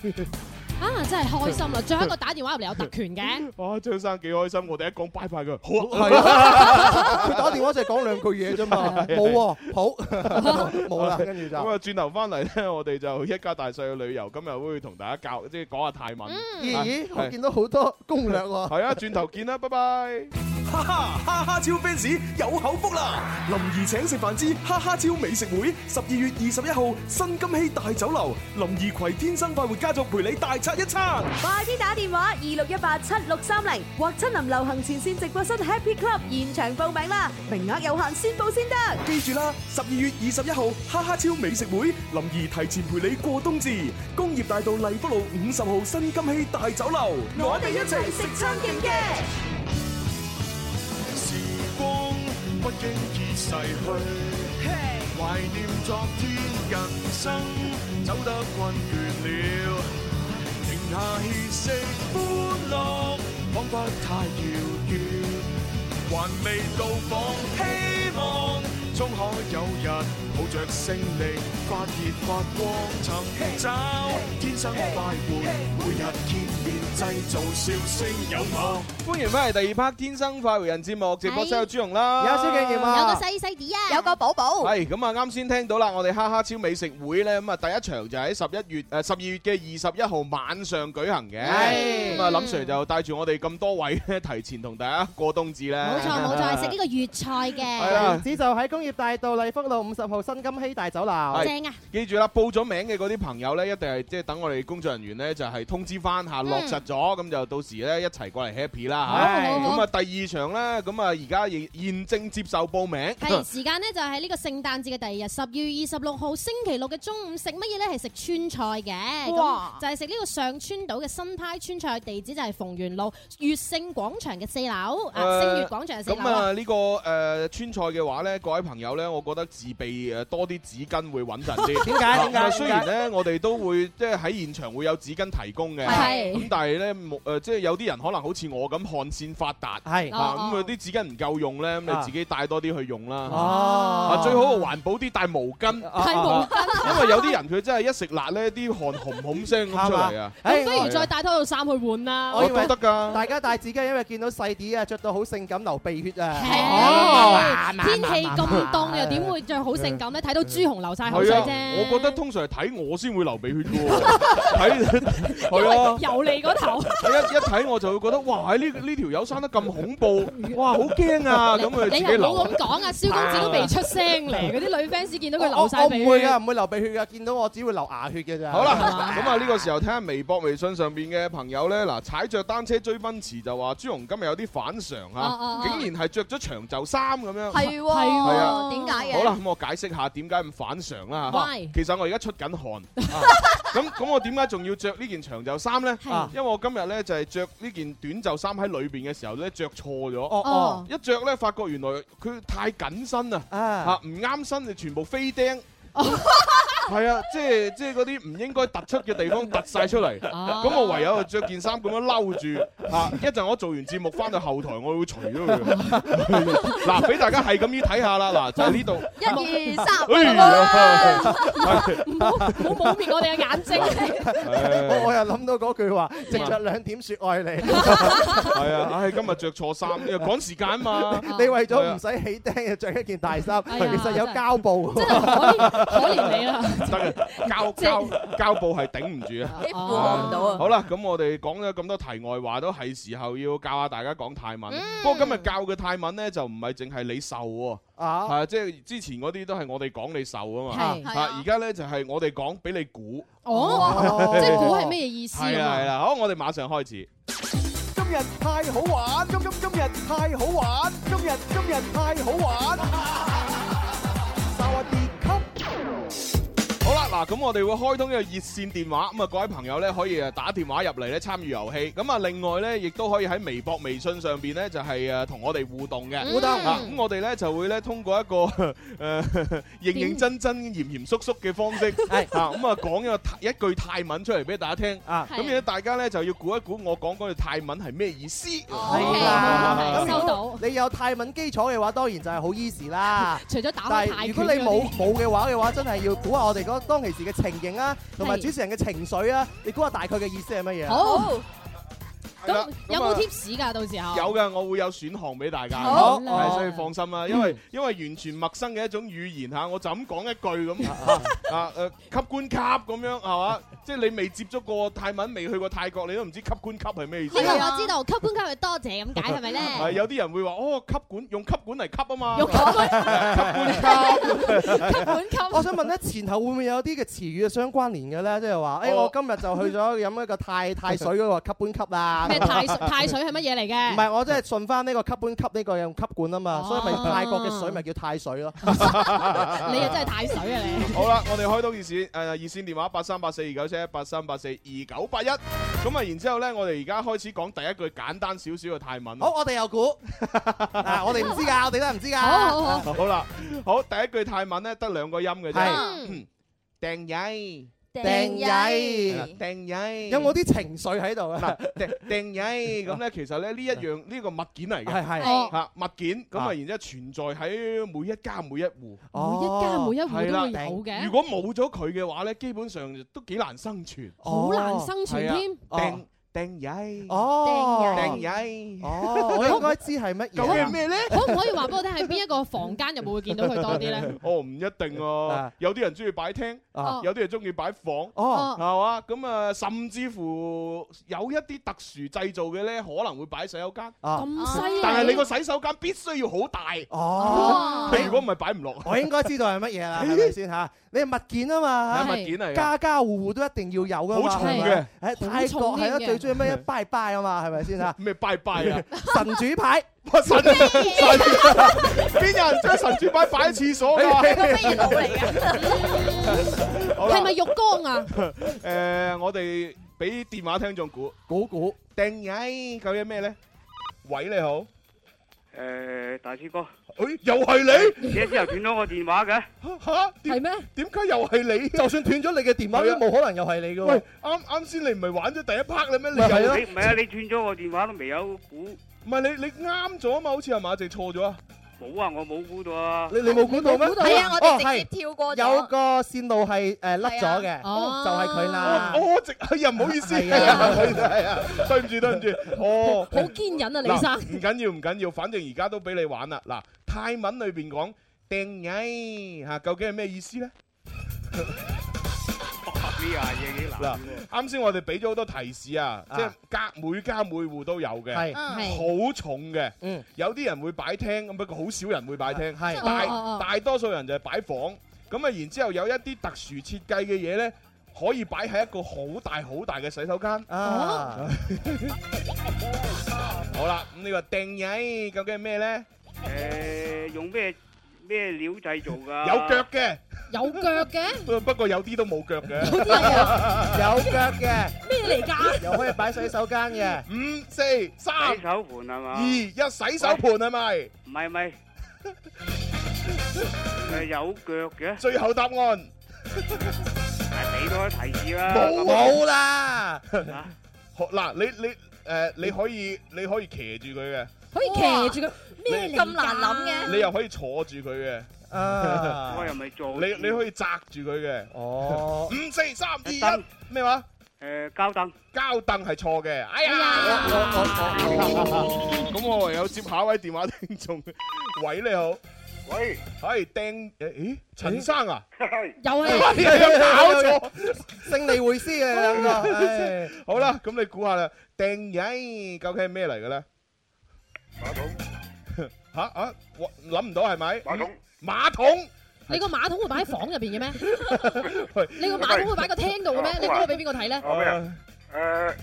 S7: 啊，真係開心啦！最後一個打電話入嚟有特權嘅。
S8: <laughs> 哇，張生幾開心，我哋一講拜拜佢，好啊
S9: 係 <laughs> 啊，佢打電話就係講兩句嘢
S8: <laughs>
S9: 啫嘛，冇喎，好冇啦，跟住就
S8: 咁啊，轉頭翻嚟咧，我哋就一家大細去旅遊，今日會同大家教，即係講下泰文。
S16: 嗯
S9: 咦咦，我見到好多攻略喎。
S8: 係啊，轉頭見啦，拜拜。
S4: 哈哈哈哈超 fans 有口福啦！林兒請食飯之哈哈超美食會，十二月二十一號新金禧大酒樓，林兒攜天生快活家族陪你大餐一餐。
S5: 快啲打電話二六一八七六三零或親臨流行前線直播室 Happy Club 現場報名啦，名額有限，先報先得。
S4: 記住啦，十二月二十一號哈哈超美食會，林兒提前陪你過冬至。工業大道荔北路五十號新金禧大酒樓，
S6: 我哋一齊食餐勁嘅。
S17: 時光不經已逝去，懷念昨天，人生走得困倦了，停下歇息，歡樂彷彿太遙遠，還未到訪希望，終可有日抱着勝利發熱發光，尋找天生快活，每日見面製造笑聲有我。
S8: 歡迎翻嚟第二 part《天生快活人》節目，直播室有朱容啦，
S9: 有蕭敬
S16: <laughs>
S8: 賢
S16: 有個細細啲啊，有個寶寶
S7: 哦
S8: 係咁啊！啱先聽到啦，我哋哈哈超美食會咧，咁啊第一場就喺十一月呃誒十二月嘅二十一號晚上舉行嘅。咁啊，林 Sir 就帶住我哋咁多位咧，提前同大家過冬至咧。 <laughs>
S16: 冇錯冇錯，係食呢個粵菜
S8: 係啊
S16: 嘅。
S9: 只就喺工業大道麗福路五十號新金禧大酒樓，
S8: 係！
S16: 啊
S8: 記住啦，報咗名嘅嗰啲朋友呢，一定係即係等我哋工作人員呢，就係通知翻嚇，落實咗，咁就到時呢，一齊過嚟 happy 啦
S7: 嗯好
S8: 嚇。
S7: 好好
S8: 咁啊，第二場呢，咁啊而家現現正接受報名。
S7: 係時間呢，就係呢個聖誕節嘅第二日，十二月二十六號星期六嘅中午食乜嘢呢？係食川菜嘅，
S16: 哇
S7: 咁就係食呢個上川島嘅新派川菜，地址就係逢源路月盛廣場嘅四樓，啊
S8: 誒
S7: 星月廣場嘅四
S8: 呃咁
S7: 樓 <laughs>
S8: 啊，
S7: 啊。
S8: 呢個誒川菜嘅話咧，各位朋友咧，我覺得自備誒多啲紙巾會穩陣
S7: <laughs>
S8: 啲。
S9: 點
S8: <laughs>
S9: 解
S8: 啊
S9: 點
S8: 咁
S9: 解
S8: 啊雖然
S9: 點
S8: 咧，我哋都會即係喺現場會有紙巾提供嘅，
S9: 係
S8: 咁但係咧冇呃誒，即係有啲人可能好似我咁汗腺發達，
S9: 係
S8: 啊
S9: 哦
S8: 咁佢啲紙巾唔夠用咧，咁
S9: 啊
S8: 你自己帶多啲去用啦。
S9: 哦
S8: 啊最好環保啲帶毛巾，
S9: 啊
S7: 帶毛
S8: 啊
S7: 巾
S8: 因為有啲人佢真係一食辣咧，啲汗紅紅聲咁出嚟啊。
S7: 咁不如再帶多套衫去換啦。
S8: 哦
S9: 我以為
S8: 得㗎，
S9: 大家帶紙巾，因為見到細啲啊，着到好性感流鼻血啊。
S8: 哦
S7: 唉
S9: 嗱嗱
S7: 天氣
S9: 嗱
S7: 咁
S9: 嗱
S7: 凍，又點會着好性感呢？睇到朱紅流晒口
S8: 係
S7: 水
S8: 啊，
S7: 啫。
S8: 我覺得通常係睇我先會流鼻血嘅喎，
S7: <laughs>
S8: 睇係啊，
S7: 由你嗰頭
S8: <laughs> 一一睇我就會覺得哇！呢呢條友生得咁恐怖，哇！好驚啊！咁
S7: <laughs>
S8: 佢自
S7: 你
S8: 己
S7: 又
S8: 流。
S7: 唔好咁講啊，蕭公子都未出聲
S8: <laughs>
S7: 嚟，嗰啲女 fans 見到佢
S9: 我
S7: 流晒
S9: 我
S7: 鼻
S9: 唔會
S7: 血
S9: 㗎，。唔會流鼻血㗎，見到我只會流牙血嘅咋。
S8: 好啦，咁啊呢個時候睇下微博、微信上邊嘅朋友咧，嗱踩着單車追奔馳就話朱紅今日有啲反常
S16: 哦哦
S8: 啊
S16: 哦，
S8: 竟然係着咗長袖衫咁樣。
S16: 係喎
S8: 係啊，
S16: 點解嘅
S8: 好啦，咁我解釋下點解咁反常啦嚇
S16: Why？
S8: 其實我而家出緊汗，啊咁咁我點解仲要着呢件長袖衫咧？
S9: 係
S8: 因為我今日咧就係着呢件短袖衫喺裏邊嘅時候咧着錯
S9: 哦哦
S8: 咗，一着咧發覺原來佢太緊身啊，
S9: 啊
S8: 嚇唔啱身就全部飛釘。係啊，即係即係嗰啲唔應該突出嘅地方突晒出嚟，
S9: 哦
S8: 咁我唯有就着件衫咁樣嬲住嚇。一陣我做完節目翻到後台，我會除咗佢。嗱，俾大家係咁樣睇下啦，嗱就係呢度。
S16: 一二
S8: <laughs>
S16: 三，
S8: 哎呀
S7: 唔好唔好污蔑我哋嘅眼睛。
S9: 我我又諗到嗰句話，直着兩點説愛你。
S8: 係啊，唉，今日着錯衫，又趕時間嘛。
S9: 你為咗唔使起釘，就着一件大衫，其
S8: 哎呀
S9: 實有膠布。
S7: 可憐你啦。
S8: 得嘅，膠膠膠布係頂唔住啊，
S18: 你負荷唔到啊
S8: 好啦，咁我哋講咗咁多題外話，都係時候要教下大家講泰文。不過今日教嘅泰文呢，就唔係淨係你受喎，
S9: 啊
S8: 係即係之前嗰啲都係我哋講你受啊
S7: 係
S8: 嘛，啊而家呢，就係我哋講俾你估。
S7: 哦，即係估係咩意思
S8: 係啦係
S7: 啊？
S8: 啦，好，我哋馬上開始。
S4: 今日太好玩，今今今日太好玩，今日今日太好玩。
S8: 好啦，嗱，咁我哋會開通一個熱線電話，咁啊各位朋友咧可以誒打電話入嚟咧參與遊戲，咁啊另外咧亦都可以喺微博、微信上邊咧就係誒同我哋互動嘅，
S7: 嗯
S9: 互動
S8: 啊，咁我哋咧就會咧通過一個呃誒 <laughs> 認認真真、嚴嚴肅肅嘅方
S7: <laughs>
S8: 式，係啊，咁啊講一個泰一句泰文出嚟俾大家聽，啊，咁
S9: 係
S8: 咧大家咧就要估一估我講嗰句泰文係咩意思，
S7: 哦
S9: 係
S8: 啊
S9: 啦，咁如果你有泰文基礎嘅話，當然就係好 easy 啦。
S7: 除咗打
S9: 但
S7: 開泰拳
S9: 係如果你
S7: 嗰
S9: 冇
S7: 啲
S9: 冇嘅話嘅話，真係要估下我哋嗰當其時嘅情形啊，同埋主持人嘅情緒啊，你估下大概嘅意思係乜嘢？啊
S7: 好，
S8: 係啦
S7: 咁有冇
S8: 咁啊
S7: tips 㗎？到時候
S8: 有嘅，我會有選項俾大家。
S7: 好嗯
S8: 係所以放心啦，因為因為完全陌生嘅一種語言嚇，我就咁講一句
S9: <laughs>
S8: 咁啊誒級官級咁樣係嘛？即係你未接觸過泰文，未去過泰國，你都唔知級官級係咩意
S7: 呢
S8: 思。
S7: 個我知道，吸官吸係多謝咁解係咪咧？
S8: 係有啲人會話哦，吸管用吸管嚟吸啊嘛，
S7: 用吸管
S9: 我想問咧，前後會唔會有啲嘅詞語係相關聯嘅咧？即係話，誒，
S8: 哦
S9: 哎我今日就去咗飲一個泰泰水嗰個吸本吸
S7: <laughs>
S9: 啦。
S7: 咩泰水泰水係乜嘢嚟嘅？
S9: 唔係，我真係順翻呢個吸本吸呢個用吸管啊嘛，所以咪泰國嘅水咪叫泰水咯。
S7: 你啊真係太水啊你！
S8: 好啦，我哋開通熱線誒熱線電話八三八四二九七一八三八四二九八一，咁啊然之後咧，我哋而家開始講第一句簡單少少嘅泰文。
S9: 好，我哋又估，嗱，我哋唔知㗎，我哋都係唔知㗎。
S8: 好啦，好第一句泰文咧得兩個音嘅啫
S7: 嗯
S8: <coughs>
S9: 係。
S8: 掟曳，
S9: 掟曳
S8: 係啦掟曳，
S9: 有冇啲情緒喺度啊？
S8: 嗱，定曳咁咧，其實咧呢一樣呢個物件嚟嘅，
S9: 係係
S7: 哦
S8: 嚇物件咁啊，
S9: 啊
S8: 然之後存在喺每一家每一戶，
S9: 哦
S7: 每一家每一戶
S8: 係
S7: 都
S8: 啦
S7: 會有嘅
S8: 如果冇咗佢嘅話咧，基本上都幾難生存，
S7: 好難生存
S8: 係啊
S7: 添
S18: 掟
S8: 定
S18: 曳。
S9: 哦
S18: 掟曳。
S9: 哦，我應該知係乜嘢。啊
S18: 究竟係咩咧？
S7: 可唔可以話俾我聽喺邊一個房間入面會見到佢多
S8: <laughs>
S7: 啲咧？
S8: 哦，唔一定
S9: <laughs> 啊
S8: 喎，有啲人中意擺廳
S7: 啊，
S8: 有啲人中意擺房，
S7: 哦
S8: 係嘛？咁啊，甚至乎有一啲特殊製造嘅咧，可能會擺洗手間。
S9: 咁犀利
S8: 但係你個洗手間必須要好大。
S9: 哦
S8: 佢如果唔係擺唔落。
S9: 我應該知道係乜嘢啦，係咪先嚇？ <laughs> 你係物件啊嘛，
S8: 係物件嚟㗎
S9: 家家戶戶都一定要有噶嘛，
S8: 好重嘅
S9: 係咪喺
S8: 好
S9: 泰
S8: 重
S9: 國係
S8: 添
S9: 咯，
S8: 嘅
S9: 最中意咩拜拜啊嘛，係咪先嚇？
S8: 咩拜拜啊？
S9: <laughs> 神主牌，
S7: <laughs>
S8: 神神邊有人將神主牌擺喺廁所
S7: <laughs>
S8: 㗎？好啦
S7: 係咪浴缸啊？
S8: 誒，我哋俾電話聽眾估
S9: 估估
S8: 掟曳究竟咩咧？喂，你好，
S13: 誒，大師哥，
S8: 誒，又係
S13: 你，你之後斷咗我電話嘅，
S8: 嚇係
S7: 咩？
S8: 點解又係你？
S9: 就算斷咗你嘅電話都冇可能又係你㗎
S8: 喂
S9: 喎。，
S8: 啱啱先你唔係玩咗第一 part 啦咩？你
S9: 咪係
S8: 又
S9: 咯
S13: 你唔係啊？你斷咗我電話都未有估，
S8: 唔係你你啱咗啊嘛？好似係嘛？定錯咗啊？
S13: 冇啊，我冇估到啊。
S9: 你你冇估到咩？
S13: 係
S11: Ờ,
S13: 啊我哋
S9: 哦
S13: 直接
S9: 係
S13: 跳過咗
S9: 有個線路係
S11: à,
S9: 誒甩咗嘅，
S13: 哦
S9: 就係佢啦。
S8: 我我直哎呀唔好意思，
S9: 係
S8: 係
S9: 啊
S8: 啊係啊， <laughs> 對唔住對唔住，哦，
S7: 好堅忍啊，李
S8: 嗱
S7: 生。
S8: 唔緊要唔緊要，反正而家都俾你玩啦。嗱，泰文裏邊講掟曳嚇，究竟係咩意思咧？
S13: 呢樣嘢幾難
S8: 嗱
S13: 喎。，
S8: 啱先我哋俾咗好多提示啊，
S13: 啊
S8: 即係家每家每戶都有嘅，
S13: 係嗯
S8: 好重嘅。有啲人會擺廳，咁不過好少人會擺廳，
S9: 係
S8: 大
S9: 哦哦哦
S8: 大多數人就係擺房。咁啊，然之後有一啲特殊設計嘅嘢呢，可以擺喺一個好大好大嘅洗手間。
S9: 啊，
S8: 好啦，咁你話掟曳究竟係咩呢？
S13: 誒，用咩咩料製造㗎？
S8: 有腳嘅，
S7: 有腳嘅，
S8: 不不過有啲都冇腳嘅。 <laughs>
S9: 有腳嘅，
S7: 咩嚟㗎？
S9: 又可以擺洗手間嘅。
S8: 五四三
S13: 洗手盤係嘛？
S8: 二一，洗手盤係咪？
S13: 唔係唔係，誒有腳嘅。
S8: 最後答案。
S13: 係俾多啲提示啦。
S8: 冇
S9: 冇啦。
S8: 好嗱，你你誒，你可以你可以騎住佢嘅。
S7: 可以騎住佢咩嚟㗎？
S16: 咁難諗嘅
S8: 你又可以坐住佢嘅，
S11: Ờ.
S9: 啊
S13: 我又咪做
S8: 你你可以擲住佢嘅。
S9: 哦，
S8: 五四三二
S13: 凳
S8: 一，咩話？
S13: 誒膠凳，
S8: 膠凳係錯嘅。哎呀，咁我唯有接下一位電話聽眾。喂，你好。
S13: 喂，
S8: 係掟誒？咦，陳生 <laughs> 啊？
S7: 又
S8: 哎呀有搞錯，
S9: 勝利會
S11: à,
S9: 師嘅兩個，唉
S8: 好啦，咁你估下啦，掟曳究竟係咩嚟嘅咧？馬 <laughs> 桶。嚇啊！我諗唔到係咪？馬桶。馬桶。
S7: 你個馬桶會擺喺房入邊嘅咩？
S8: 喂
S7: 你個馬桶會擺喺個廳度嘅咩？你估我俾邊個睇咧？
S8: Ờ, 誒，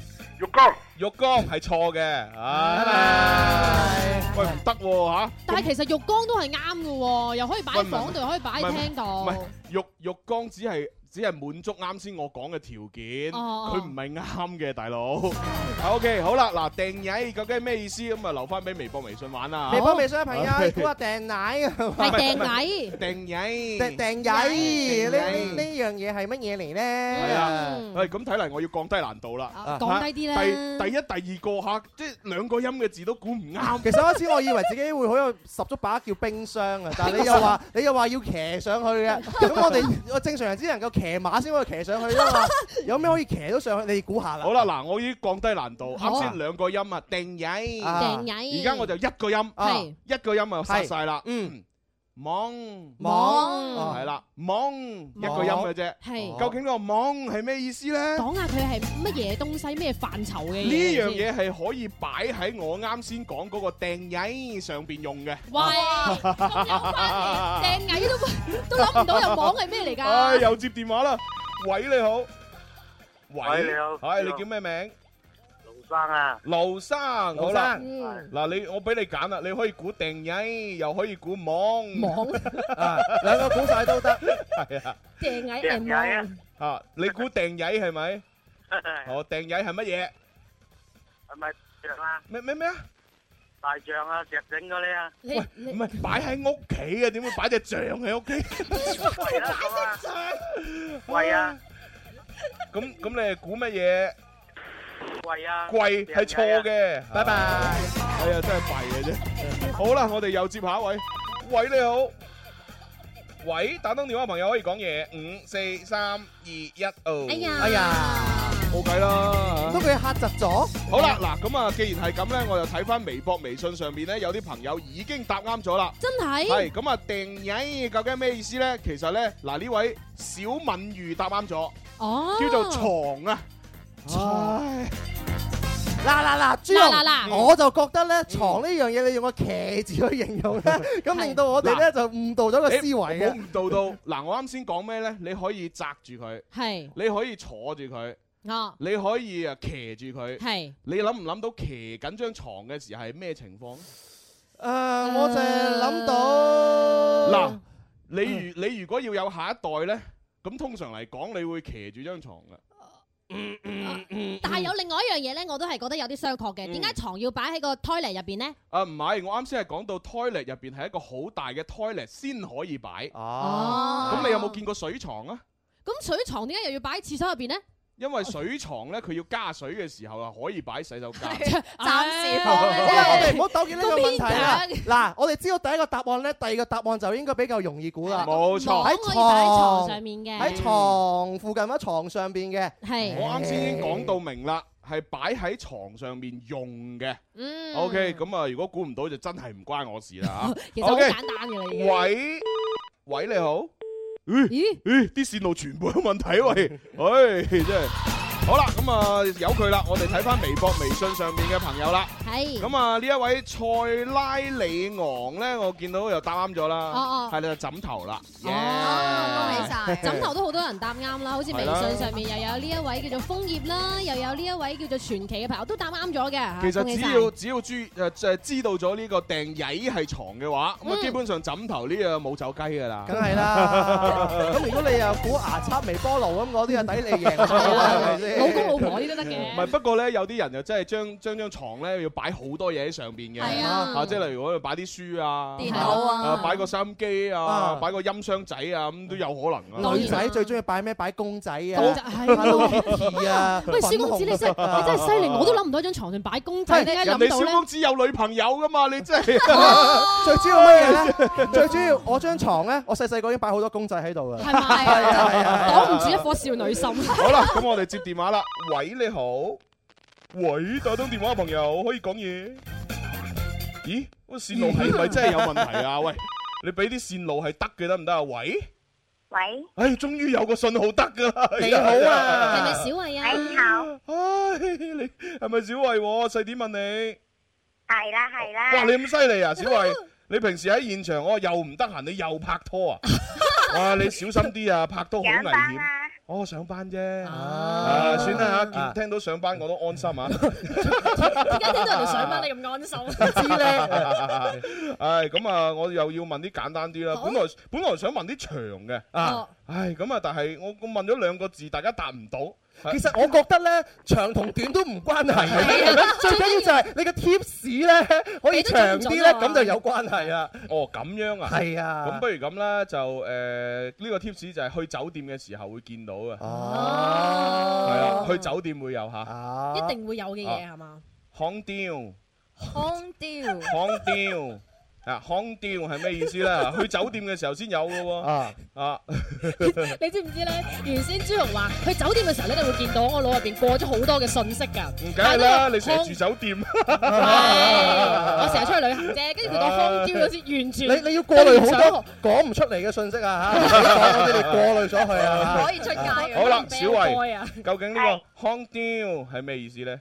S8: 浴缸，浴缸係錯嘅，Ờ. 唉，喂唔得喎嚇，
S7: 但係其實浴缸都係啱嘅喎，又可以擺喺房度，又可以擺喺廳
S8: 唔係
S7: 度。
S8: 浴浴缸只係只係滿足啱先我講嘅條件，
S7: 哦
S8: 佢唔係啱嘅，大佬。OK，好啦，Ờ, 嗱掟曳究竟係咩意思？咁啊留翻俾微博微信玩啦。
S9: 微博微信嘅朋
S11: Ờ.
S9: 友，
S8: 好
S9: 你估下掟奶啊？
S8: 係掟
S7: 蟻，
S8: 掟曳，
S9: 掟
S8: 掟
S9: 掟曳呢
S8: 曳
S9: 呢樣嘢係乜嘢嚟咧？
S8: 係啊，喂，咁睇嚟我要降低難度
S7: Ờ.
S8: 啦
S9: 啊，降低啲啦
S8: 第第一、第二個吓，即係兩個音嘅字都估唔啱。
S9: <laughs> 其實開始我以為自己會好有十足把握叫冰箱啊，但係你又
S14: <laughs>
S9: 話你又話要騎上去嘅，咁我哋我正常人只能夠騎馬先可以騎上去
S14: <laughs>
S9: 㗎嘛，有咩可以騎到上去？你哋估下啦。
S8: 好啦，嗱，我已經降低難度，
S9: 好
S8: 啱
S9: 啊
S8: 先兩個音啊，定曳，
S9: 啊
S7: 定曳
S8: 而家我就一個音，
S7: 係
S8: 一個音啊，殺晒啦，
S9: 嗯，
S8: 網
S9: 哦
S7: 網
S8: 係啦，網一個音嘅啫，哦
S7: 係
S8: 究竟呢個網係咩意思咧？
S9: 哦
S7: 講下佢係乜嘢東西，咩範疇嘅
S8: 呢樣嘢係可以擺喺我啱先講嗰個掟曳上邊用嘅。
S7: 喂咁有關係掟蟻
S8: <laughs>
S7: 都都諗唔到，又網係咩嚟㗎？
S8: 唉，又接電話啦。喂，你好。
S13: 喂你好
S8: 係
S13: 你
S8: 你
S13: 好
S8: 叫咩名？
S13: 盧生啊，
S8: 劉生，好
S13: 劉
S8: 啦
S13: 生嗯。
S8: 嗱，你我俾你揀啦，你可以估掟曳，又可以估網。 <laughs>
S7: 網
S8: 啊，
S9: 兩個估晒都得。
S8: 係啊。
S7: 掟蟻定網？
S8: 啊，你估掟曳係咪？哦，掟曳係乜嘢？
S13: 係咪象啊？
S8: 咩咩咩啊？
S13: 大象啊，石整嗰啲啊。
S7: 喂，
S8: 唔係擺喺屋企嘅，點會擺只象喺屋企？
S13: 係啦，咁啊，
S14: à.
S13: 貴啊，
S8: 咁咁，你係估乜嘢？
S13: 貴啊，
S8: 貴係錯嘅。
S9: 拜拜。
S8: 哎呀，真係弊嘅啫。好啦，我哋又接下一位。喂，你好。喂，打通電話嘅朋友可以講嘢。五、四、三、二、一，哦。
S7: 哎呀
S8: 哎呀，冇計啦。
S9: 都佢嚇窒咗。
S8: 好啦，嗱咁啊，既然係咁咧，我就睇翻微博、微信上面咧，有啲朋友已經答啱咗啦。
S7: 真係
S8: 係咁啊，定曳究竟咩意思咧？其實咧，嗱呢位小敏如答啱咗，
S7: 哦
S8: 叫做床啊。
S9: 唉嗱嗱嗱，朱紅，
S8: 嗱嗱嗱
S9: 我就覺得咧，床呢樣嘢你用個騎字去形容咧，咁令到我哋
S8: 嗱
S9: 咧就誤導咗個思維
S8: 你
S9: 嘅。
S8: 冇誤導到。嗱，我啱先講咩咧？你可以擲住佢，
S7: 係
S8: 你可以坐住佢，
S7: 哦，
S8: 你可以啊騎住佢。
S7: 係
S8: 你諗唔諗到騎緊張床嘅時候係咩情況？
S9: 誒，我就係諗到
S7: 啊
S8: 嗱，你如你如果要有下一代咧，咁通常嚟講，你會騎住張床嘅。
S7: 但係有另外一樣嘢咧，我都係覺得有啲商榷嘅。點解床要擺喺個 toilet 入邊咧？
S8: 啊，唔係，我啱先係講到 toilet 入邊係一個好大嘅 toilet 先可以擺。
S9: 啊
S7: 哦
S8: 咁你有冇見過水床啊？
S7: 咁水床點解又要擺喺廁所入
S8: <laughs>
S7: 邊咧？
S8: 因
S7: 哦
S8: 為水床咧，佢要加水嘅時候啊，可以擺洗手間。
S7: 暫時 <laughs>
S8: <laughs>
S9: 好啦，我
S7: 咧
S9: 哋唔好糾結呢個問題啦
S7: 個邊。
S9: 嗱，我哋知道第一個答案咧，第二個答案就應該比較容易估
S7: 啊
S9: 啦。
S8: 冇錯
S9: 喺
S8: 可以擺喺
S9: 床
S8: 床上面嘅
S9: 喺床附近或者床上邊嘅。
S7: 係
S8: 我啱先已經講到明啦，係擺喺床上面用嘅。
S7: 嗯
S8: OK，咁啊，如果估唔到就真係唔關我事啦啊嚇
S7: <laughs> 其實好簡單嘅啦已經
S8: OK，喂喂，你好。
S7: 咦
S8: 咦，啲線路全部有問題喂，唉，真係。好啦，咁啊由佢啦，我哋睇翻微博、微信上面嘅朋友啦。
S7: 係
S8: 咁啊呢一位塞拉里昂咧，我見到又答啱咗
S7: 哦
S8: 啦
S7: 哦，
S8: 係啦枕頭啦。
S7: 恭喜晒！枕頭都好多人答啱啦，好似微信上面又有呢一位叫做楓葉啦，又有呢一位叫做傳奇嘅朋友都答啱咗嘅。啊
S8: 其實
S7: 恭喜
S8: 只
S7: 晒
S8: 要只要知誒誒知道咗呢個訂曳係床嘅話，
S7: 嗯
S8: 咁啊基本上枕頭呢樣冇走雞㗎啦。
S9: 梗係啦，
S7: <laughs>
S9: 咁如果你又估牙刷、微波爐咁嗰啲啊，抵你贏咗啦，係咪先？
S8: 老
S7: 啊公老婆呢啲得嘅。
S8: 唔係，不過咧有啲人就真係將將張床咧要擺好多嘢喺上邊嘅，
S7: 係啊
S8: 即係例如我哋擺啲書啊，
S9: 電腦啊
S8: 擺個收音機啊
S9: 啊，
S8: 擺個音箱仔啊，咁都有可能啊。
S9: 女仔最中意擺咩？擺公仔啊
S8: 公
S7: 仔係
S9: ，Hello Kitty 啊，
S7: <laughs> 喂，小公子你真係你真係犀利，我都諗唔到喺張床上擺公仔，你一
S8: 人
S7: 諗
S8: 哋
S7: 到
S8: 小
S7: 咧
S8: 公。子有女朋友噶嘛？你真
S9: <laughs>
S8: 係
S9: 最主要乜嘢咧？最主要我張床咧，我細細個已經擺好多公仔喺度㗎。
S7: 係咪啊
S9: 係啊係啊！
S7: 擋唔住一顆少女心。
S8: 好啦，咁我哋接電話啦。喂，你好，喂，打通電話嘅朋友可以講嘢。咦，個線路係咪真係有問題
S9: <laughs>
S8: 啊？喂，你俾啲線路係得嘅得唔得啊？喂，
S14: 喂，
S8: 唉，終於有個信號得噶啦。
S14: 你好啊
S7: 係咪小慧啊？
S14: 你好，
S8: 唉，你係咪小慧喎？細點問你。
S14: 系啦系啦，
S8: 哇，你咁犀利啊，小慧！你平時喺現場，我哦又唔得閒，你又拍拖啊？哇，你小心啲啊，拍拖好危
S14: 上班
S8: 險。
S14: 啦，
S8: 哦，上班啫。啊，算啦嚇，見聽到上班我都安心 <laughs> 啊。
S16: 而家聽到人哋上班，你咁安心。
S9: 知咧
S8: 唉，咁啊，我又要問啲簡單啲啦。本來本來想問啲長嘅啊
S9: 哦，
S8: 唉，咁啊，但係我我問咗兩個字，大家答唔到。
S9: 其實我覺得咧，長同短都唔關係啊
S8: 係
S9: 嘅，最緊要就係你嘅 tips 咧可以長啲咧，咁就有關係啦。
S8: 哦，咁樣啊，
S9: 係啊
S8: 咁不如咁啦，就誒呢、個 tips 就係去酒店嘅時候會見到嘅，係
S9: 哦，
S8: 啊，去酒店會有嚇，
S16: 一定會有嘅嘢係嘛？
S8: 行調
S16: 康雕
S8: 行調 <laughs> 啊，行調係咩意思咧？去酒店嘅時候先有嘅喎，
S9: 啊
S8: 啊，
S16: <laughs> 你知唔知咧？原先朱紅話去酒店嘅時候咧，你會見到我腦入邊過咗好多嘅信息㗎。
S8: 唔梗係啦，你成日住酒
S16: <laughs>
S8: 店，
S16: 我
S8: 我
S16: 成日出去旅行啫，跟住佢講荒雕嗰啲，完全
S9: 你你要過濾好多講唔出嚟嘅信息啊嚇，我哋過濾咗佢啊嚇。
S16: 可以出街嘅
S8: 好啦
S16: 唔，俾人
S8: 小
S16: 開啊
S8: 維，究竟呢個行調係咩意思咧？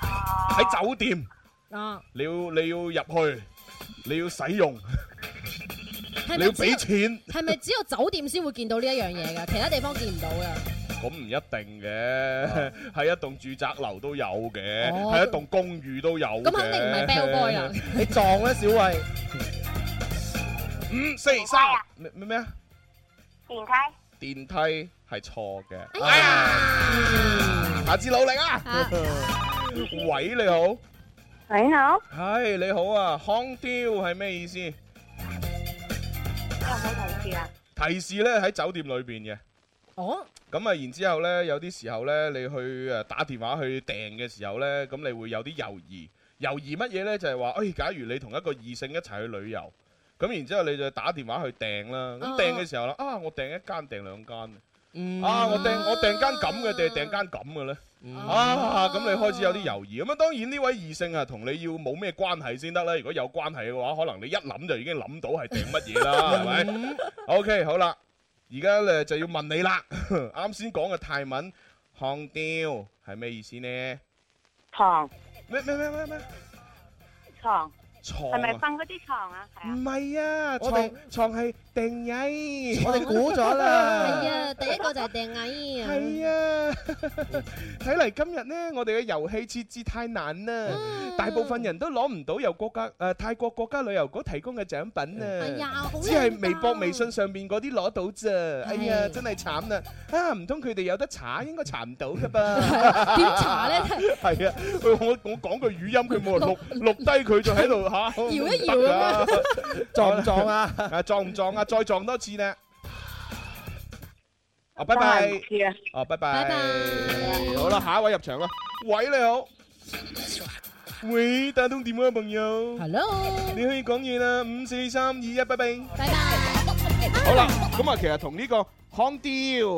S8: 喺酒店，
S16: 啊，
S8: 你要你要入去，你要使用，
S16: 係咪
S8: 你
S16: 只
S8: 要
S16: 有
S8: 俾錢。
S16: 係咪只有酒店先會見到呢一樣嘢㗎？其他地方見唔到㗎？
S8: 咁唔一定 <laughs> 嘅，喺一棟住宅樓都有
S16: 啊
S8: 嘅，
S16: 哦
S8: 喺一棟公寓都有嘅。
S16: 咁肯定唔係 bell boy 啊啦。
S9: 你撞咧，小慧。
S8: <laughs> 五四三咩咩咩啊？
S14: 電梯。
S8: 電梯係錯嘅。哎呀，下次努力啊！喂，你好，
S14: 你好，
S8: 係你好啊，康雕係咩意思？
S14: 有冇同事啊？
S8: 提示咧喺酒店裏邊嘅。
S16: 哦，
S8: 咁啊，然之後呢，有啲時候呢，你去誒打電話去訂嘅時候呢，咁你會有啲猶豫，猶豫乜嘢呢？就係話，誒，假如你同一個異性一齊去旅遊，咁然之後你就打電話去訂啦。咁
S17: 哦
S8: à, 訂嘅時候啦，啊，我訂一間訂兩間，啊，我訂我訂間咁嘅定係訂間咁嘅咧？啊，咁你開始有啲猶豫。咁啊，當然呢位異性啊，同你要冇咩關係先得啦。如果有關係嘅話，可能你一諗就已經諗到係訂乜嘢啦，係咪？OK，好啦，而家咧就要問你啦。 <laughs> 啱先講嘅泰文「hàng đi」係咩意思呢？
S4: 床
S8: 咩咩咩咩咩
S4: 床
S8: 床
S4: 係咪
S8: 啊
S4: 瞓嗰啲床啊？
S8: 唔係啊，
S4: 我哋
S8: 床床係定曳。
S9: 我哋估咗
S7: 係
S8: 啦。
S7: 啊，第一個就係掟矮啊。
S8: 係啊，
S7: 嗯
S8: 睇嚟今日呢，我哋嘅遊戲設置太難啦，
S7: 嗯
S8: 大部分人都攞唔到由國家誒、呃泰國國家旅遊局提供嘅獎品啊，
S7: 哎呀好
S8: 只係微博、微信上面嗰啲攞到咋，哎呀，真係慘啦！啊，唔通佢哋有得查，應該查唔到噶
S7: <laughs>
S8: 噃？
S7: 點查呢
S8: 係啊，我我我講句語音，佢冇人錄 <laughs> 錄低佢就喺
S7: <laughs>
S8: 度嚇，
S7: 搖一搖咁啊樣
S8: 撞唔撞啊？啊，撞唔撞啊？再撞多次呢？啊，拜拜。哦，拜拜。好啦，下一位入場啦。啊喂，你好。喂，打通電話嘅朋友。
S7: Hello。
S8: 你可以講嘢啦，五四三二一，拜拜。
S7: 拜拜。
S8: 好啦，咁啊，其實同呢個康雕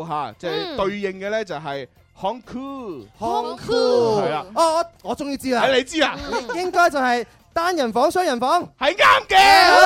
S8: 吓，即係
S9: 嗯
S8: 對應嘅咧，就係康酷。
S9: Hong
S8: 係啦
S9: Kong。哦，我我終於知啦。
S8: 係你知啊？
S9: 應該就係單人房、雙人房。
S8: 係啱
S9: 嗯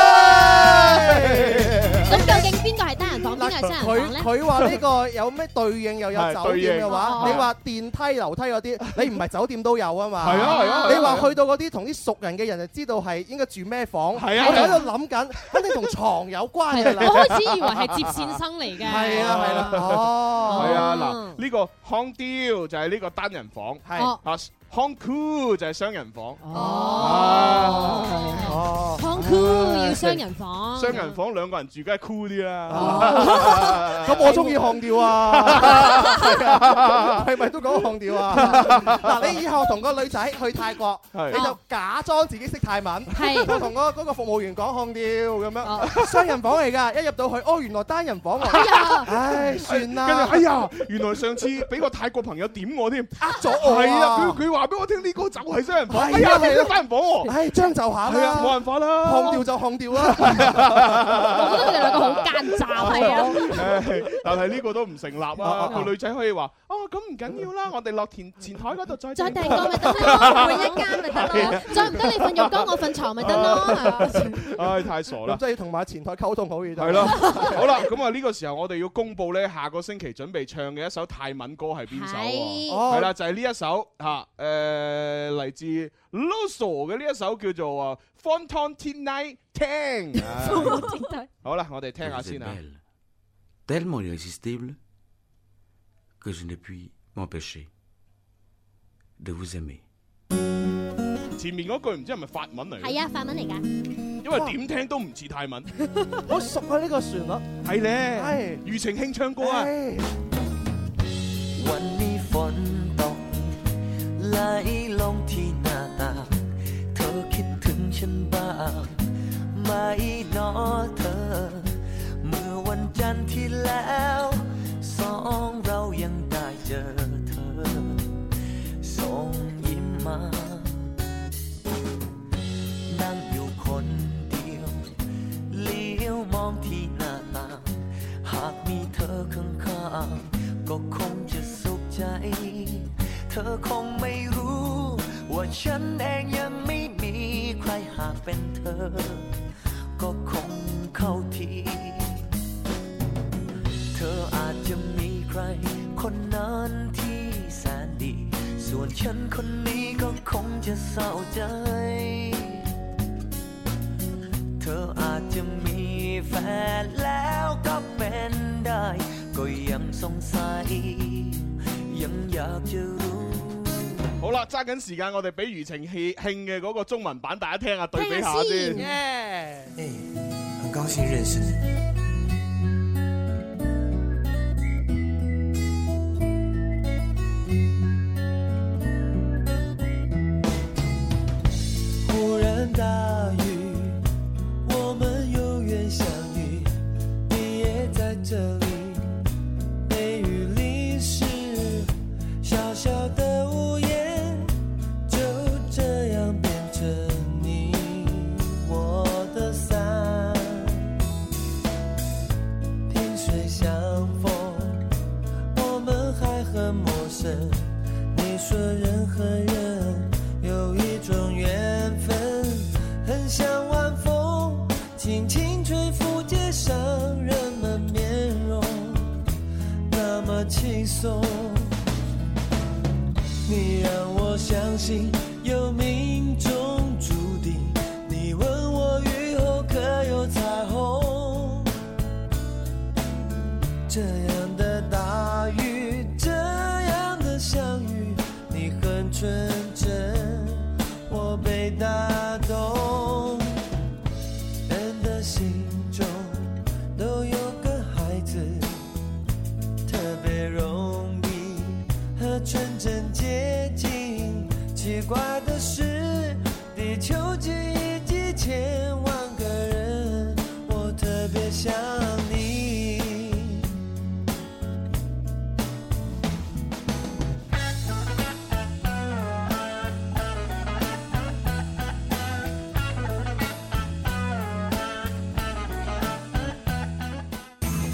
S7: 咁究竟邊個係單人房，邊個係雙
S9: 佢
S7: 人房咧？
S9: 佢話呢個有咩對應又有
S8: 係
S9: 酒店嘅
S8: 對
S9: 話，
S8: 應
S9: 你話電梯、樓梯嗰啲，你唔係酒店都有啊嘛。
S8: <laughs> 係啊係啊係啊
S9: 你話去到嗰啲同啲熟人嘅人就知道係應該住咩房。
S8: 係啊
S9: 我就喺度諗緊，肯定同床有關嘅啦。
S7: 我開始以為係接線生嚟嘅。
S9: 係啊係啦，哦，
S8: 係啊，嗱，呢個康雕就係呢個單人房，
S9: 係哦
S8: 啊，康酷就係雙人房。
S7: 哦，Hong Kong 要雙人房。
S8: 雙人房兩個人住梗係 cool 啲啦
S9: 哦。咁我中意項調啊，係啊係咪都講項調
S8: <laughs>
S9: 啊？嗱，你以後同個女仔去泰國，
S8: <laughs> 係
S9: 你就假裝自己識泰文，
S7: 係
S9: 我同嗰嗰個服務員講項調咁樣，雙人房嚟㗎，一入到去，哦，原來單人房
S8: 哎呀
S9: 嚟，唉，算啦，
S8: 跟住哎呀，原來上次俾個泰國朋友點我添，呃
S9: 咗我啊
S8: 係啊，佢佢話俾我聽呢個就係雙人房，哎
S9: 係
S8: 呀，
S9: 啊
S8: 你
S9: 係
S8: 都
S9: 啊
S8: 單人房喎。
S9: 唉，將就下
S8: 係啊
S9: 啦，
S8: 冇辦法啦
S9: 項調就項調啦，
S7: 我覺得佢哋兩個好奸詐。係啊。
S8: <laughs> 唉但係呢個都唔成立啊！
S9: 啊
S8: 個
S9: 嗯
S8: 女仔可以話：哦，咁唔緊要啦，我哋落前前台嗰度再
S7: 再訂個咪得咯，換一間咪得
S8: 係
S7: 咯
S8: 啊。
S7: 再唔得你瞓浴缸，我瞓床咪得咯。
S8: <laughs> 唉，太傻啦
S9: 咁！真係要同埋前台溝通好啲。
S8: 係咯，好啦，咁啊呢個時候我哋要公佈咧，下個星期準備唱嘅一首泰文歌係邊首啊
S7: 係
S8: 喎？
S9: Ờ.
S8: 係啦，就係呢一首嚇，誒嚟自 Loso 嘅呢一首叫做啊 Fontanine Tang。唉 <laughs>
S7: 哦
S8: 好啦，我哋聽下先啊。
S19: tellement irrésistible que je ne puis m'empêcher de vous aimer.
S8: 前面嗰句唔知係咪法文嚟？
S7: 係啊，，法文嚟㗎。：
S8: 因為點聽都唔似泰文。
S9: 好熟啊呢個旋律，
S8: 係咧
S9: 係，
S8: 庾澄慶唱歌啊。
S20: วันนี้ฝนตกไหลลงที่หน้าต่างเธอคิดถึงฉันบ้างไหมหนอเธอ เมื่อวันจันทร์ที่แล้ว สองเรายังได้เจอเธอ ส่งยิ้มมา นั่งอยู่คนเดียว เลี้ยวมองที่หน้าต่าง หากมีเธอข้างๆ ก็คงจะสุขใจ เธอคงไม่รู้ ว่าฉันเองยังไม่มีใครหากเป็นเธอ ก็คงเข้าที เธออาจจะมีใคร คนนั้นที่แสนดี ส่วนฉันคนนี้ก็คงจะเศร้าใจ เธออาจจะมีแฟนแล้วก็เป็นได้ ก็ยังสงสัย ยังอยากจะรู้
S8: 好啦，揸緊時間，我哋俾庾澄慶慶嘅嗰個中文版大家聽下，對比下
S21: 聽
S8: 先。
S21: 很高兴认识你。
S20: 忽然大雨，我们有缘相遇，你也在这里。梅雨淋湿，小小的屋檐就这样变成你我的伞。萍水相逢，
S21: 轻松。你让我相信有命中注定。你问我雨后可有彩虹？这样的大雨，这样的相遇，你很纯真，我被打动。人的心中都有个孩子，特别容易和纯真接近。奇怪的是，地球记忆几千万个人，我特别想你。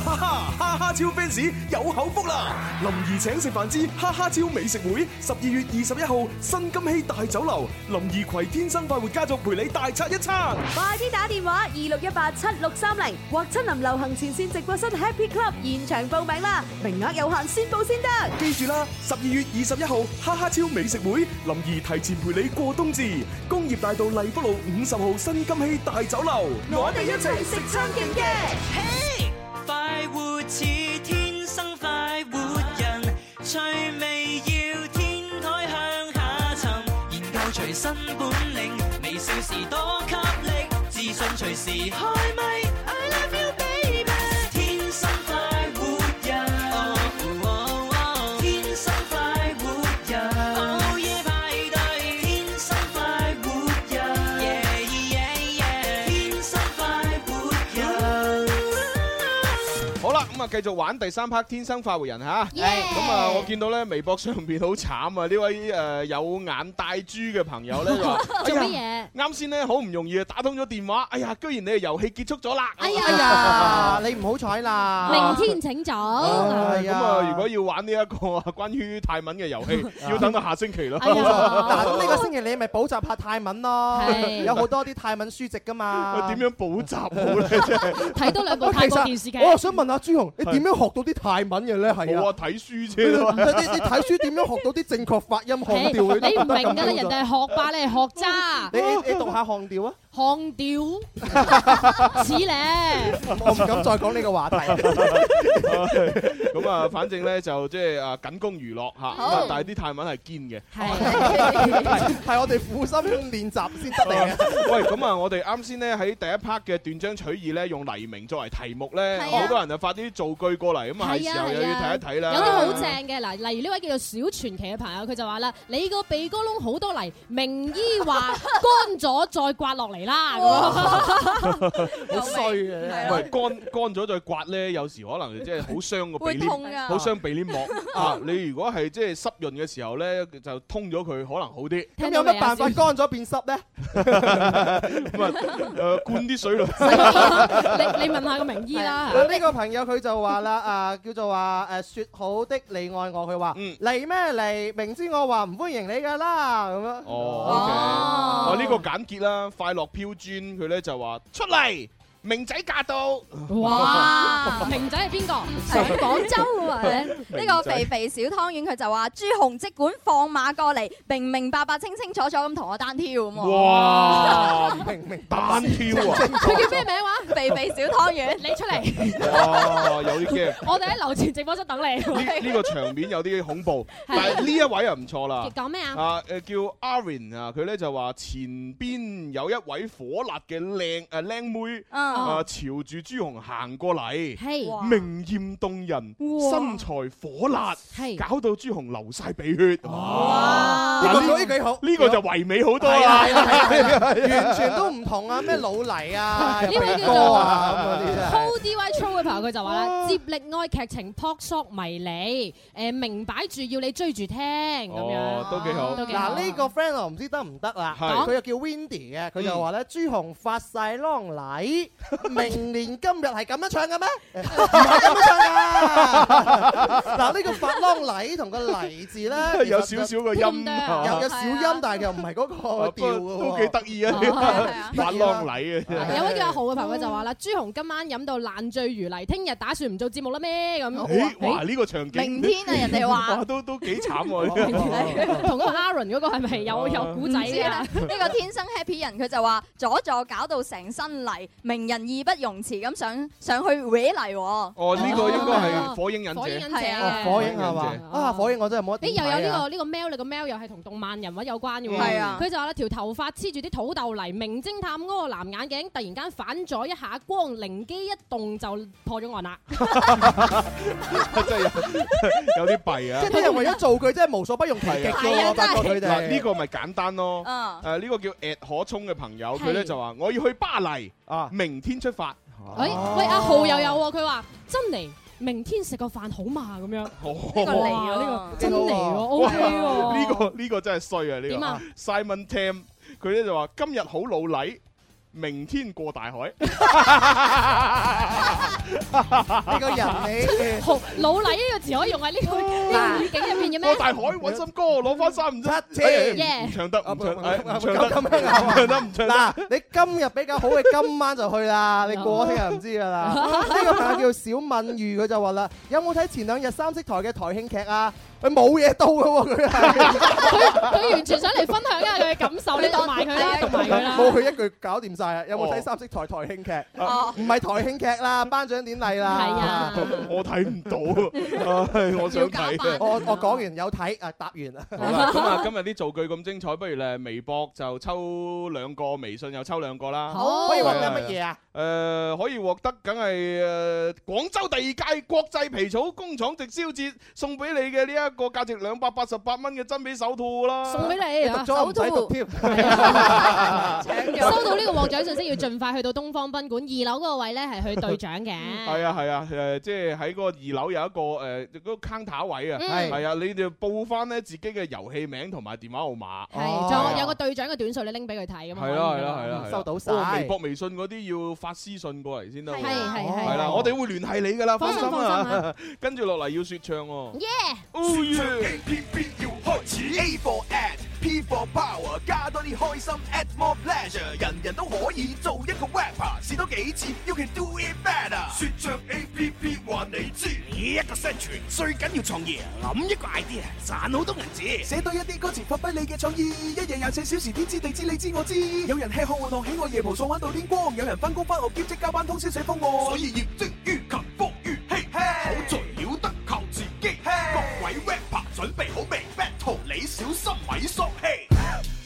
S4: 哈哈哈哈超 fans 有口福啦！林兒請食飯之哈哈超美食會，十二月二十一號新金禧大酒樓，林兒攜天生快活家族陪你大餐一餐。
S5: 快啲打電話二六一八七六三零或親臨流行前線直播室 Happy Club 現場報名啦，名額有限，先報先得。
S4: 記住啦，十二月二十一號哈哈超美食會，林兒提前陪你過冬至。工業大道荔福路五十號新金禧大酒樓，
S6: 我哋一齊食餐勁嘅。
S20: 嘿，快活似天生快活人，趣味要天台向下沉，研究隨身本領，微笑時多給力，自信隨時開咪。I love you baby，天生快活人，哦哦哦天生快活人，午夜派對，天生快活人，yeah yeah yeah，天生快活人。
S8: 好啦，咁啊，繼續玩第三 part《天生快活人》吓。咁啊，我見到咧微博上邊好慘啊！呢位誒有眼帶珠嘅朋友咧就話哎
S7: 做乜嘢？
S8: 啱先咧好唔容易啊打通咗電話，哎呀，居然你嘅遊戲結束咗啦！哎
S9: 哎
S8: <laughs>
S9: 呀，你唔好彩啦！哎
S7: 明天請早。
S8: 咁啊，如果要玩呢一個啊關於泰文嘅遊戲，要等到下星期咯。
S9: 嗱，咁呢個星期你咪補習下泰文咯，
S8: 係
S9: 有好多啲泰文書籍噶嘛。
S8: 點樣補習好咧？真係
S7: 睇多兩部
S9: 喂
S7: 泰國
S9: 其實
S7: 電視劇
S9: 我又想問下朱紅，你點樣學到啲泰文嘅咧？係
S8: 冇啊，
S9: 啊，
S8: 睇書
S9: 你你
S8: 啫。
S9: 你睇書點樣學到啲正確發音
S7: 你
S9: 腔
S7: 哎你
S9: 調
S7: 唔
S9: 嘅
S7: 明㗎啦，人哋係學霸，你係學渣。
S5: <laughs>
S9: 你你你讀下腔調啊！
S7: 腔調似咧。
S9: 我唔敢再講呢個話題。
S8: 咁啊，反正咧就即係啊，僅供娛樂嚇。啊
S9: 好
S8: 但係啲泰文係堅嘅。
S7: 啊
S9: 係我哋苦心練習先得嚟
S8: <laughs>
S9: 嘅。
S8: 喂，咁啊，我哋啱先咧喺第一 part 嘅斷章取義咧，用黎明作為題目咧，
S7: 係啊
S8: 好多人就發啲造句過嚟，咁啊係時候又要睇一睇啦。
S7: 有啲好正嘅嗱，例如呢位叫做小傳奇嘅朋友，佢就話啦：你個鼻哥窿好多泥，名醫話乾咗再刮落嚟啦。咁樣
S8: 好衰嘅，
S7: 係
S8: 喂，乾乾咗再刮咧，有時可能即係好傷個鼻
S7: 會痛㗎
S8: 黏，好傷鼻黏 <laughs> 膜啊！你如果係即係濕潤嘅時候咧，就通咗佢可能好 <laughs> 啲。
S9: 咁有乜辦法乾咗變濕咧？
S8: 咁啊，誒灌啲 <laughs> 水落去。
S7: <laughs> 你你問下個名醫啦。
S9: 嗱呢個朋友佢就話啦，啊叫做話誒説好的你愛我，佢話嚟咩嚟？明知我話唔歡迎你㗎啦，咁樣。
S8: 哦，OK，哦呢個簡潔啦，快樂飄磚佢咧就話出嚟，明仔駕到。
S7: 哇！明仔係邊個？
S11: 上廣州
S8: <laughs>
S11: 啊！呢個肥肥小湯圓佢就話：朱紅即管放馬過嚟，明明白白、清清楚楚咁同我單挑咁喎。
S8: 哇！明明單挑啊！
S11: 佢叫咩名話？肥肥小湯圓，
S7: 你出嚟！
S8: 哇，有啲驚。
S7: 我哋喺樓前直播室等你。
S8: 呢呢個場面有啲恐怖，
S7: 係
S8: 但係呢一位又唔錯啦。
S7: 講咩啊
S8: 啊誒叫 Aaron 啊，佢咧就話前邊有一位火辣嘅靚誒靚妹
S11: 嗯
S8: 啊，朝住朱紅行過嚟，
S11: 係哇
S8: 明豔動人，
S11: 哇
S8: 身材火辣，
S7: 係
S8: 搞到朱紅流晒鼻血。
S9: 哇
S8: 嗱
S9: 呢個呢句好
S8: 呢個就唯美好多
S9: 係
S8: 啦
S9: 啊係啊係啊係 <laughs> 啊完全都唔同啊！咩老泥啊， <laughs>
S7: 呢位
S9: 鼻
S7: 叫
S9: 哥
S7: 做
S9: 啊咁嗰啲真係
S7: Cold DY True 嘅朋友，佢就話啦：接力愛劇情撲朔迷離，誒明擺住要你追住聽咁樣
S8: 哦，。都幾好。
S9: 嗱呢個 friend 我唔知得唔得啦，
S8: 係
S9: 佢又叫 Windy 嘅，佢就話咧朱紅發晒
S8: <laughs>
S9: 啷禮，明年今日係咁樣唱嘅咩？唔係咁樣唱㗎。 <laughs> 嗱呢個發啷禮同個禮字咧，
S8: <laughs> 有少少個音
S9: 有有小音，但係又唔係嗰個調嘅
S8: 都幾得意啊！
S7: 哦係啊
S8: 發浪禮啊！
S7: <laughs> 有位叫阿豪嘅朋友就話啦：朱紅今晚飲到爛醉如泥，題，聽日打算唔做節目啦咩？咁，
S8: 咦，哇！呢個場景，
S7: 明天啊人哋話
S8: 哇都都幾慘喎呢個。
S7: 同嗰個 Aaron 嗰個係咪
S9: <laughs>
S7: 有有古仔
S11: 唔知
S7: 㗎？
S11: 啊呢個天生 happy 人佢就話左助搞到成身泥，名人義不容辭咁上上去搲泥喎。
S8: 哦，呢個應該係火影忍
S7: 火影
S8: 者
S7: 忍者。啊
S9: 哦火影係嘛？啊，火影我真係冇得。
S7: 你又有呢個呢個 mail，你個 mail 又係同動漫人物有關嘅喎。
S9: 係啊
S7: 佢就話啦，條頭髮黐住啲土豆泥，名偵探嗰個藍眼鏡突然間反咗一下光，靈機一動就破咗案啦。
S8: <laughs> 真係有 <laughs> 有啲弊啊！
S9: 即係啲人為咗造句，真係無所不用其極
S8: 係啊
S9: 嘅喎，我發覺佢
S8: 嗱
S9: 哋
S8: 呢個咪簡單咯。
S9: 嗯
S11: 啊
S8: 誒呢個叫 at 可聰嘅朋友，佢咧
S7: 係
S8: 就話我要去巴黎啊，明天出 <laughs> 發。
S7: 喂哎喂，阿浩又有喎，佢話珍妮。明天食個飯好嘛咁樣，呢
S8: 哦呢
S7: 個嚟喎，呢
S11: 哦
S7: 個真嚟喎，OK 喎，
S8: 呢個呢個真係衰啊！呢
S7: 點
S8: 個
S7: 啊
S8: Simon Tam 佢咧就話今日好老禮，明天過大海。
S9: 你個
S8: <laughs>
S7: <laughs>
S9: 人
S7: 你老禮呢個詞可以用喺呢個呢個語境入邊嘅咩？
S8: 過大海揾心歌，攞翻三唔七
S9: 千
S8: 唔唱得唔唱，哎唔唱
S9: 咁
S8: 得
S9: 咁樣啊
S8: 唔唱得唔唱得。
S9: 嗱，你今日比較好嘅，今晚就去
S7: <laughs>
S9: 啦。你過聽日唔知噶啦。呢個朋友叫小敏瑜，佢就話啦：有冇睇前兩日三色台嘅台慶劇啊？佢冇嘢到嘅喎，佢係
S7: 佢完全想嚟分享一下佢嘅感受，你讀埋佢啦，讀埋佢啦。
S9: 冇佢一句搞掂晒啊！有冇睇
S7: 哦
S9: 三色台台慶劇？
S7: <laughs> 哦
S9: 唔係台慶劇啦，頒獎典禮啦。
S7: 係啊
S8: 我睇唔到，
S7: <laughs>
S8: 唉我想睇。啊
S9: 我我講完有睇，誒答完啦。
S8: 好啦，咁啊，今日啲造句咁精彩，不如咧微博就抽兩個，微信又抽兩個啦。
S9: 好可以獲得乜嘢啊？
S8: 誒，可以獲得梗係誒廣州第二屆國際皮草工廠直銷節送俾你嘅呢一個價值兩百八十八蚊嘅真皮手套啦。
S7: 送俾你
S9: 讀咗唔使讀添。
S7: 收到呢個獲獎信息，要盡快去到東方賓館二樓嗰個位咧，係去對獎嘅。
S8: 係啊係啊，誒即係喺嗰個二樓有一個誒嗰個 counter 位啊，
S7: 嗯
S8: 係啊，你哋報翻咧自己嘅遊戲名同埋電話號碼。
S7: 係，仲有有個隊長嘅短信，你拎俾佢睇咁嘛。
S8: 係啦係啦係啦，
S9: 嗯收到晒
S8: 哦微博、微信嗰啲要發私信過嚟先得喎。
S7: 係係係
S8: 係啦，
S7: 係
S8: 我哋會聯繫你噶啦，
S7: 放
S8: 放
S7: 心
S8: 心
S7: 放心
S8: 啊。 <laughs> 跟住落嚟要説唱喎。Oh,
S3: 説唱 A P P 要開始，A for ad，P for power，加多啲開心，add more pleasure，人人都可以做一個 rapper，試多幾次，you can do it better。説唱 A P P 話你知，一個宣傳最緊要創意，諗一個 idea，賺好多銀紙，寫多一啲歌詞，發揮你嘅創意，一日廿四小時，天知地知你知我知。有人吃喝玩樂，喜愛夜蒲爽玩到天光，有人翻工翻學兼職加班通宵寫方案，所以業績於勤，福於嬉，好在了得靠自己。各位 rapper 準備好未？battle 你小心萎縮氣。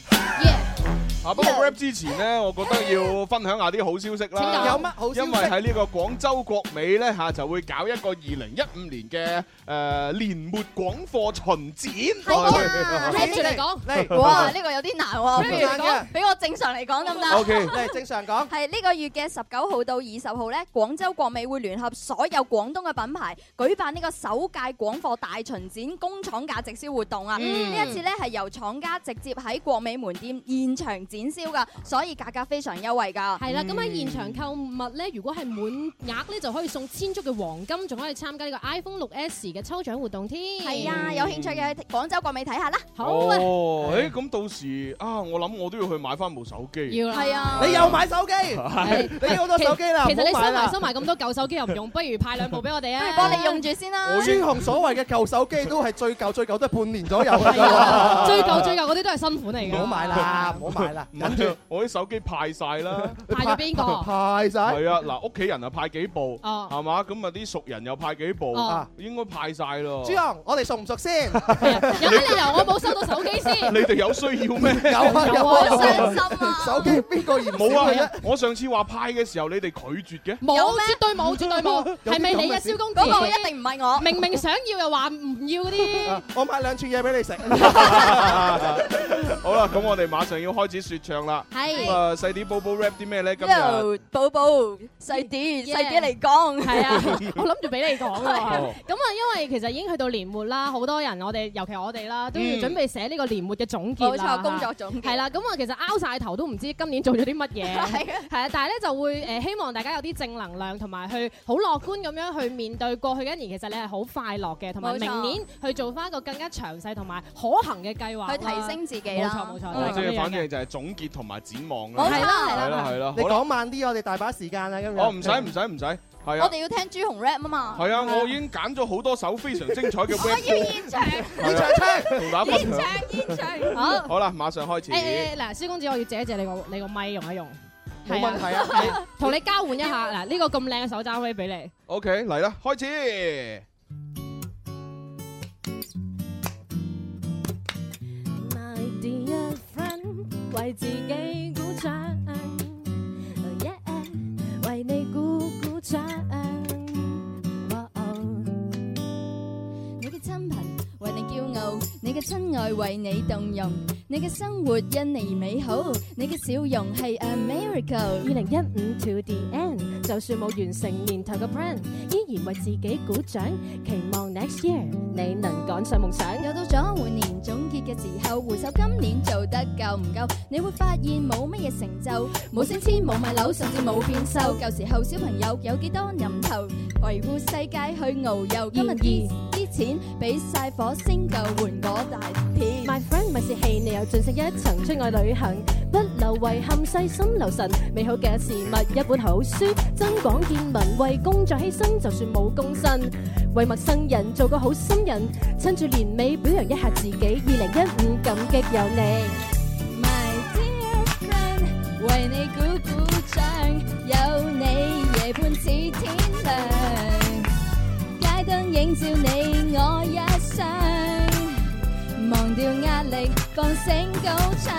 S8: 啊！不過 rap 之前呢，我覺得
S7: <laughs>
S8: 要分享下啲好消息
S9: 請
S8: 啦。
S9: 講有乜好消息
S8: 因為喺呢個廣州國美呢，嚇就會搞一個二零一五年嘅誒年末廣貨巡展。
S9: <laughs>
S11: 聽住你
S8: 嚟
S11: 講，哇！呢個有啲難喎，
S9: 不
S11: 不
S9: 如
S11: 如
S9: 講
S11: 講，俾我正常嚟講得唔得
S8: <laughs> OK
S9: 嚟正常講。
S11: 係呢個月嘅十九號到二十號呢，廣州國美會聯合所有廣東嘅品牌，舉辦呢個首屆廣貨大巡展工廠價直銷活動啊！呢、
S5: 嗯
S11: 一次呢，係由廠家直接喺國美門店現場展銷噶，所以價格非常優惠㗎。
S7: 係啦，咁喺現場購物咧，如果係滿額咧，就可以送千足嘅黃金，仲可以參加呢個 iPhone 六 S 嘅抽獎活動添。
S11: 係啊，有興趣嘅去廣州國美睇下啦。
S7: 好啊
S8: 哦，誒咁到時啊，我諗我都要去買翻部手機。
S7: 要啦，
S11: 係啊
S9: 你又買手
S7: <laughs>
S9: 機？
S8: 係
S9: 你好多手機啦，
S7: 其實你
S9: 唔好
S7: 收
S9: 買啦
S7: 埋收埋咁多舊手機又唔用，不如派兩部俾我哋啊！
S11: 不如 <laughs> 幫你用住先啦。
S9: 朱紅所謂嘅舊手機都係最舊最舊都係半年左右
S7: <laughs> 係
S9: 啦
S7: 啊，。最舊最舊嗰啲都係新款嚟㗎。
S9: <laughs> 唔
S7: <laughs>
S9: 好買啦，唔好買啦，
S8: <laughs> 唔係我啲手機派晒
S9: <laughs>
S8: 啦。
S7: 派咗邊個？
S9: 派晒。
S8: 係啊，嗱，屋企人啊派幾部，
S7: 哦
S8: 係嘛？咁啊啲熟人又派幾部
S9: 哦，
S8: 應該派晒咯。
S9: 朱紅，我哋熟
S8: <laughs>
S9: 唔熟先？
S7: 有
S9: <laughs>
S7: 乜理由我冇收到手機先？
S8: 你哋有需要咩？
S9: 有啊有啊有啊好傷
S11: 心啊！
S9: 手機邊個嫌
S8: 冇
S9: 少
S8: 啊
S9: 嘅！
S8: 我上次話派嘅時候，你哋拒絕嘅。
S7: 冇，絕對冇，絕對冇，
S8: 有啲
S7: 係咪你
S8: 咁
S7: 啊，
S8: 嘅事
S7: 蕭公子？
S11: 嗰個一定唔係我。
S7: 明明想要又話唔要
S11: <laughs>
S7: 嗰啲
S9: 啊。我買兩串嘢俾
S8: <laughs>
S9: 你食。
S8: 好啦，咁我哋馬上要開始説唱啦。
S11: 係
S8: 咁啊，細啲寶寶 rap 啲咩咧？今日
S7: 啊
S8: 啊
S11: Yo，寶寶細啲，細啲嚟講。
S7: 係啊，我諗住俾你講喎。咁
S11: 哦
S7: 啊，因為其實已經去到年末啦，好多人我哋，尤其我哋啦，都要
S11: 嗯
S7: 準備寫呢個年末嘅總結啦
S11: 冇錯工作總結
S7: 係啦，咁啊，其實拗晒頭都唔知今年做咗啲乜嘢。
S11: <laughs> 係啊
S7: 係啊，但係咧就會誒希望大家有啲正能量，同埋去好樂觀咁樣去面對過去嘅一年。其實你係好快樂嘅，同埋
S11: 冇錯
S7: 明年去做翻一個更加詳細同埋可行嘅計劃啦，
S11: 去提升自己啦嗯
S7: 冇錯冇錯，
S8: 哦即
S7: 就係咁
S8: 係
S7: 樣
S8: 反
S7: 嘅。
S8: 正就係總結同埋展望
S7: 冇
S8: 啦。
S7: 錯係啦係啦
S8: 係啦係啦。
S9: 你
S8: 好啦
S9: 講慢啲，我哋大把時間啦今日。
S8: 哦，唔使唔使唔使，係啊
S11: 我哋要聽朱紅 rap 啊嘛。
S8: 係啊，我已經揀咗好多首非常精彩嘅 rap
S11: 我要現場，
S8: 現場唱，同大家分享。
S11: 現場，
S4: 好。
S8: 好啦，馬上開始。
S4: 誒誒嗱，蕭公子，我要借一借你個你個咪用一用，
S8: 冇
S4: 係啊
S8: 問題啊
S4: 同你交換一下嗱，呢個咁靚嘅手揸飛俾你。
S8: OK，嚟啦，開始。
S7: My dear friend，為自己鼓掌，Oh yeah，為你鼓鼓掌。哇哦
S11: 你嘅親朋為你驕傲，你嘅親愛為你動容，你嘅生活因你而美好，你嘅笑容係 a miracle。
S7: 二零一五 to the end，就算冇完成年頭嘅 plan，依然為自己鼓掌，期望 next year 你能趕上夢想。
S11: 又到咗每年總結嘅時候，回首今年做得夠唔夠？你會發現冇乜嘢成就，冇升遷，冇買樓，甚至冇變瘦。舊時候小朋友有幾多人頭，維護世界去遨遊。今日啲啲錢俾晒火星救援嗰大片。
S7: My friend 咪是戲，你又進食一層，出外旅行不留遺憾，細心留神，美好嘅事物一本好書，增廣見聞，為工作犧牲，就算冇公薪，為陌生人做個好心人，趁住年尾表揚一下自己，二零一五感激有你。
S11: My dear friend，為你鼓鼓掌，有你夜半似天亮，街燈映照你我一生，忘掉壓力，放聲高唱。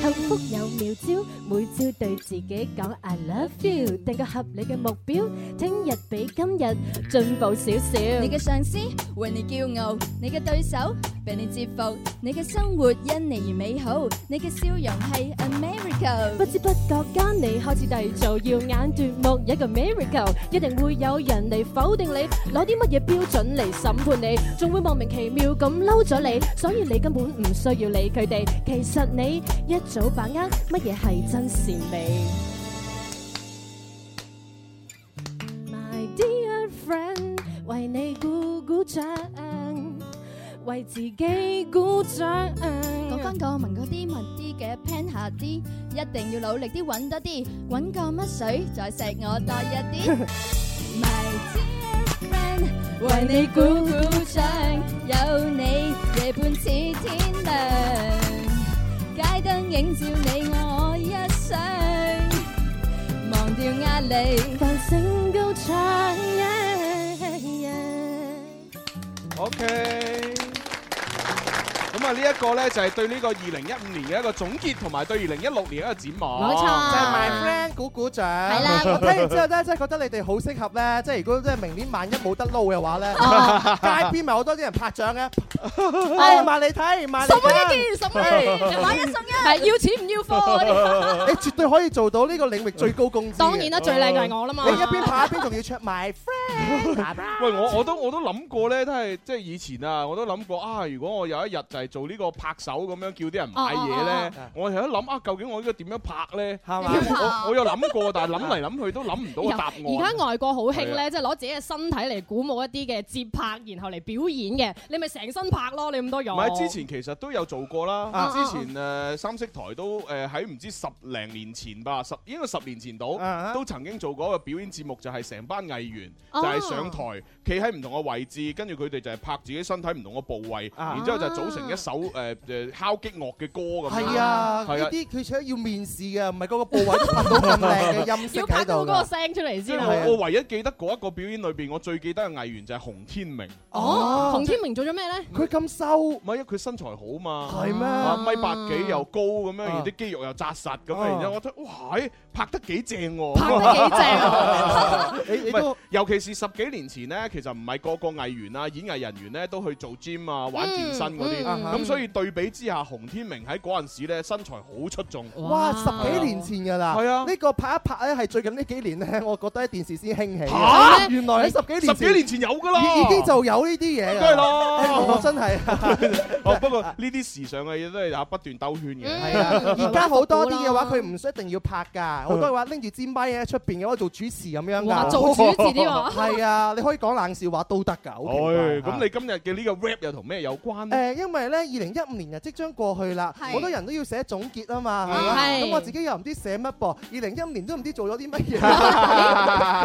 S7: 幸福有妙招，每朝對自己講 I love you，定個合理嘅目標，聽日比今日進步少少。
S11: 你嘅上司為你驕傲，你嘅對手被你折服，你嘅生活因你而美好，你嘅笑容係 America。
S7: 不知不覺間，你開始締造，耀眼奪目，一個 miracle，一定會有人嚟否定你，攞啲乜嘢標準嚟審判你，仲會莫名其妙咁嬲咗你，所以你根本唔需要理佢哋。其實你一早把握乜嘢係真善美。My dear friend，為你鼓鼓掌，為自己鼓掌。Ừ.
S11: 講翻個問嗰啲問啲嘅 plan 下啲，一定要努力啲揾多啲，揾個乜水再錫我多一啲。My dear friend，為你鼓鼓掌，有你夜半似天亮，街燈映照你我一生，忘掉壓力，
S7: 放聲高唱。
S8: OK，咁啊呢一個呢，就係對呢個二零一五年嘅一個總結，同埋對二零一六年一個展望。
S9: 冇錯
S7: Ờ.
S9: 就係 my friend 鼓鼓掌。係
S8: 啦
S9: 我聽完之後咧，真係覺得你哋好適合咧，即係如果即係明年萬一冇得撈嘅話咧，
S8: 哦
S9: 街邊咪好多啲人拍掌嘅，
S4: 係
S9: 哎買你睇，買你
S4: 什麼
S9: 睇
S4: 一件什麼嘢買一送一係要錢唔要貨嗰
S11: <laughs>
S4: 啲
S9: 你絕對可以做到呢個領域最高工資嘅。
S4: 當然啦最靚嘅係我啦嘛
S9: 你一邊拍一邊仲要唱 my friend。
S8: 喂，我我都我都諗過呢，都係即係以前啊，我都諗過啊，如果我有一日就係做呢個拍手咁樣叫啲人買嘢
S9: 哦
S8: 呢
S9: 哦哦，
S8: 我係一諗啊，究竟我應該點樣拍呢？
S9: 嘛
S8: 我我有諗過，但係
S9: <laughs>
S8: 諗嚟諗去都諗唔到個答案。
S4: 而家外國好興
S8: 係啊
S4: 咧，即係攞自己嘅身體嚟鼓舞一啲嘅節拍，然後嚟表演嘅，你咪成身拍咯，你咁多
S8: 唔
S4: 用。
S8: 係之前其實都有做過啦
S4: 啊，
S8: 之前誒三色台都誒喺唔知十零年前吧，十應該十年前到
S9: 啊
S8: 都曾經做過一個表演節目，就係成班藝員
S9: 哦
S8: 就係上台企喺唔同嘅位置，跟住佢哋就係拍自己身體唔同嘅部位，
S9: 啊
S8: 然之後就組成一首誒誒敲擊樂嘅歌咁樣。
S9: 係啊，
S8: 係
S9: 呢
S8: 啊。
S9: 啲佢且要面試嘅，唔係個個部位都拍到咁靚嘅音色
S4: 要
S9: 喺
S4: 拍到
S9: 度
S4: 嗰個
S9: 㗎。
S4: 聲出嚟
S8: 即
S4: 先
S8: 係
S4: 啊。
S8: 我我唯一記得嗰一個表演裏邊，我最記得嘅藝員就係洪天明。
S9: Ờ.
S4: 哦，洪天明做咗咩咧？
S9: 佢咁瘦，
S8: 唔係因為佢身材好嘛，
S9: 係咩
S8: 啊米八幾又高咁樣，
S9: 啊
S8: 然啲肌肉又扎實咁樣，
S9: 啊
S8: 然之後我覺得哇，咦拍得幾正喎，
S9: 拍得幾正 <laughs>
S8: 唔
S9: 啊你你
S8: 係
S9: 都
S8: 尤其是十幾年前呢，其實唔係個個藝員啊、演藝人員呢都去做 gym 啊、玩健身嗰啲，
S9: 嗯嗯
S8: 咁所以對比之下，洪天明喺嗰陣時咧身材好出眾，
S9: 哇！十幾年前㗎啦，
S8: 係啊
S9: 呢個拍一拍咧係最近呢幾年咧，我覺得喺電視先興起。
S8: 嚇
S9: 原來喺十幾年
S8: 十幾年前有㗎啦
S9: 已已經就有呢啲嘢㗎。
S8: 梗係啦
S9: 哎我真係。
S8: 哦，不過呢啲時尚嘅嘢都係啊不斷兜圈嘅，
S9: 係啊， <laughs> 而家好多啲嘅話，佢唔需一定要拍㗎，好多嘅話拎住支咪喺出邊嘅話做主持咁樣
S8: 哇
S9: 㗎。啊
S8: 做主持添
S9: <laughs>
S8: 喎
S9: 係啊，你可以講冷笑話都得㗎。好奇怪
S8: 唉，咁你今日嘅呢個 rap 又同咩有關呢？
S9: 誒，因為咧，二零一五年就即將過去啦，
S1: 係
S9: 好多人都要寫總結啊嘛，係
S1: 嗯
S9: 嘛
S1: 係
S9: 咁我自己又唔知寫乜噃，二零一五年都唔知做咗啲乜
S22: <laughs>
S9: 嘢，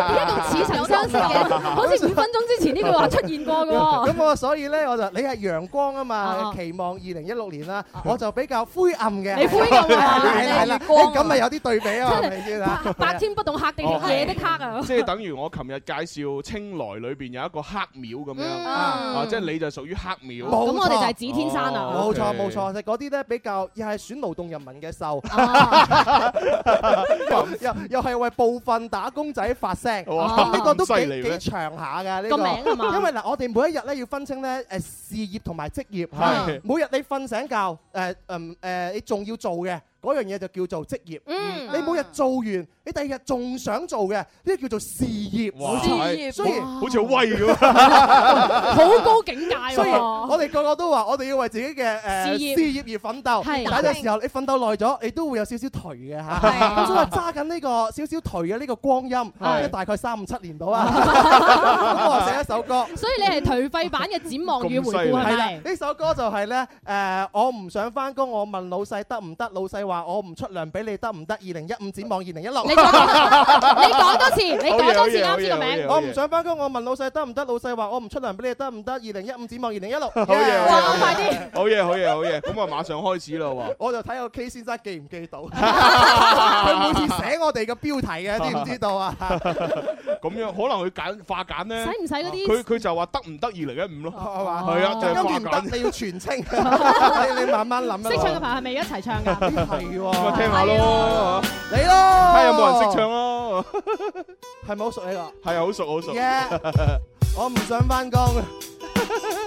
S1: 咦
S22: 咁似曾相識嘅好似五分鐘之前呢句話出現過嘅喎
S9: <laughs> 咁我所以咧，我就你係陽光啊嘛
S22: 啊，
S9: 期望二零一六年啦，我就比較灰暗嘅，
S22: 你灰
S9: <laughs>
S22: 暗啊
S9: 係啦係
S22: 你
S9: 啦
S22: 係光啊
S9: 咁咪有啲對比啊嘛，係
S22: 真係
S9: 咪
S22: <laughs>
S9: 先啊？
S22: 白天不懂黑地
S8: 哦
S22: 夜的黑啊！
S8: 即係等於我琴日介紹青來裏邊有一個黑廟咁樣，
S22: 嗯
S8: 啊，即係你就屬於黑廟。
S9: 冇錯
S8: 哦
S7: 啊
S9: 冇錯
S8: OK
S9: 冇錯，就嗰啲咧比較又係選勞動人民嘅獸， <laughs> 又又係為部分打工仔發聲，
S1: 哇
S8: 啊
S9: 咁呢個都
S1: 咁犀利
S9: 幾
S1: 咩
S9: 幾長下嘅呢
S1: 哦個名啊嘛
S9: 個，因為嗱，我哋每一日咧要分清咧誒事業同埋職業，
S1: 係
S9: 每日你瞓醒覺誒嗯誒，你仲要做嘅。嗰樣嘢就叫做職業，
S1: 嗯
S9: 你每日做完，你第二日仲想做嘅，呢個叫做事業。
S8: 哇係
S9: 雖然
S8: 好似好威咁，
S9: 好
S8: 高境
S1: 哎
S8: 界
S9: 雖然我哋個個都話，我哋要為自己嘅誒
S8: 事
S9: 事
S8: 業
S9: 業而奮鬥，
S1: 係
S9: 但係有時候你奮鬥耐咗，你都會有少少頹嘅嚇。咁所以話揸緊呢個少少頹嘅呢個光陰，
S1: 係
S9: 即係大概三五七年到
S1: <laughs>
S9: 啊。咁我寫一首歌。
S7: 所以你係頹廢版嘅展望與回顧係
S9: 係啦，
S7: 咪？
S9: 呢首歌就係咧，誒，我唔想翻工，我問老細得唔得？老細話我唔出糧俾你得唔得？二零一五展望二零一六，
S1: 你講
S8: <laughs>
S1: 多你講多次你講多次啱先個名
S9: 我唔想翻工，我問老細得唔得？老細話我唔出糧俾你得唔得？二零一五展望二零一六，
S8: 好嘢，
S9: Yeah
S8: 好嘢，快啲！好嘢，好嘢，好嘢！咁啊，馬上開始啦喎！
S9: 我就睇下 K 先生記唔記到，佢每次寫我哋嘅標題
S8: <laughs>
S9: 嘅，知唔知道啊？
S8: 咁樣可能佢簡化簡咧，
S9: 使唔使嗰啲
S8: 佢佢就話得唔得二零一五咯，係
S9: 嘛
S8: 係啊，就係
S9: 今
S8: 化
S9: 年唔
S8: 簡。
S9: 得，你要
S8: <laughs>
S9: 全清，你你慢慢諗
S7: 識唱嘅朋
S9: 啊。
S7: 友係咪一齊
S8: <laughs>
S7: 唱㗎？
S9: 係喎，
S8: 咁啊聽下咯，
S9: 你咯，
S8: 睇下有冇人識唱咯，
S9: 係咪好熟呢
S8: <laughs> 係啊，好熟好熟。
S9: Yeah 個？我唔想翻工。
S8: <laughs>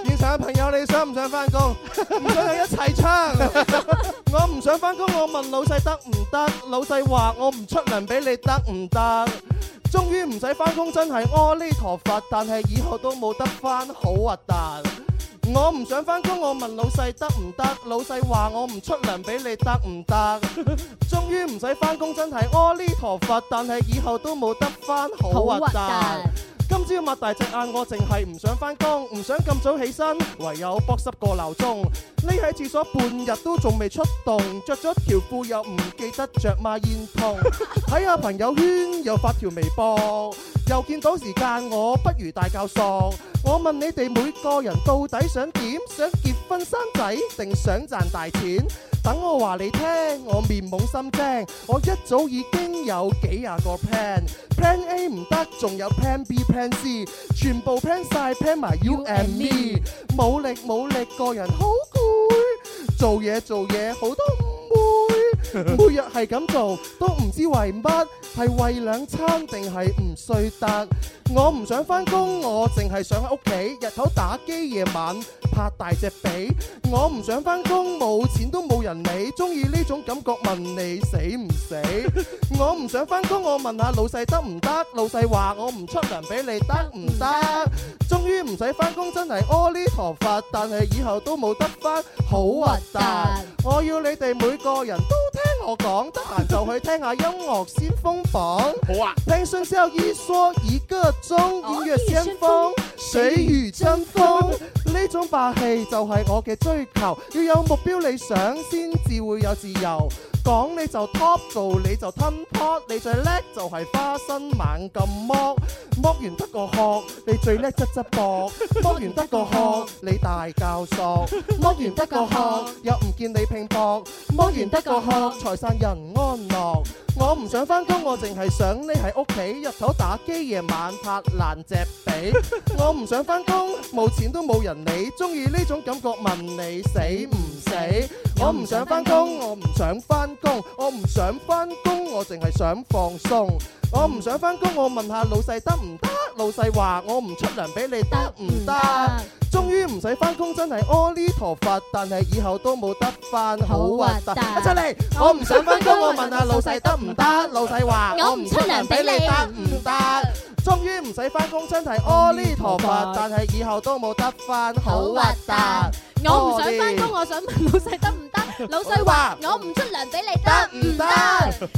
S9: 現場嘅朋友，你想唔想翻工？唔想就一
S8: <laughs>
S9: 齊唱。我唔想翻工，我問老細得唔得？老細話我唔出糧俾你得唔得？終於唔使翻工，真係哦阿彌陀佛，但係以後都冇得翻，好核突。我唔想翻工，我問老細得唔得？老細話我唔出糧俾你得唔
S8: <laughs>
S9: 得？終於唔使翻工，真係哦阿彌陀佛，但係以後都冇得翻，好核
S1: 好核
S9: 突
S1: 突。
S9: 今朝擘大隻眼，我淨係唔想翻工，唔想咁早起身，唯有搏濕個鬧鐘，匿喺廁所半日都仲未出動，着咗條褲又唔記得着孖煙筒，睇下朋友圈又發條微博，又見到時間我不如大教索。我問你哋每個人到底想點？想結婚生仔定想賺大錢？等我話你聽，我面懵心驚，我一早已經有幾廿個 plan，plan A 唔得，仲有 plan B、plan C，全部 plan 晒 plan 埋 U and me，冇力冇力，個人好攰，做嘢做嘢好多誤會。 <laughs> 每日係咁做，都唔知為乜，係為兩餐定係唔睡得？我唔想翻工，我淨係想喺屋企，日頭打機，夜晚拍大隻髀。我唔想翻工，冇錢都冇人理，中意呢種感覺，問你死唔死？我唔想翻工，我問下老細得唔得？老細話我唔出糧俾你得唔得？終於唔使翻工，真係阿彌陀佛，但係以後都冇得翻，好核突！我要你哋每個人都聽我講，得閒就去聽下音樂先鋒榜。
S8: 好啊，
S9: 聽孫小一說一個鐘，音樂先鋒，水如春風。呢種霸氣就係我嘅追求，要有目標理想先至會有自由。講你就 top，做你就吞 pot，你最叻就係花生猛咁剝，剝完得個殼，你最叻側側膊，剝完得個殼，你大教索，剝完得個殼，又唔見你拼搏，剝完得個殼，財散人安樂。我唔想翻工，我淨係想匿喺屋企，日頭打機，夜晚拍爛隻髀。 <laughs> 我唔想翻工，冇錢都冇人理，中意呢種感覺問你死唔死？我唔想翻工，我唔想翻工，我唔想翻工，我淨係想放鬆。我唔想翻工，我問下老細得唔得？老細話我唔出糧俾你得唔得？終於唔使翻工，真係阿彌陀佛，但係以後都冇得翻，好核突！一出嚟，我唔想翻工，我問下老細得唔得？老細話
S1: 我唔出糧俾你
S9: 得唔得？終於唔使翻工，真係阿彌陀佛，但係以後都冇得翻，好核突！
S7: 我唔想翻工，我想問老細得唔得？老細話我唔出糧俾你得唔得？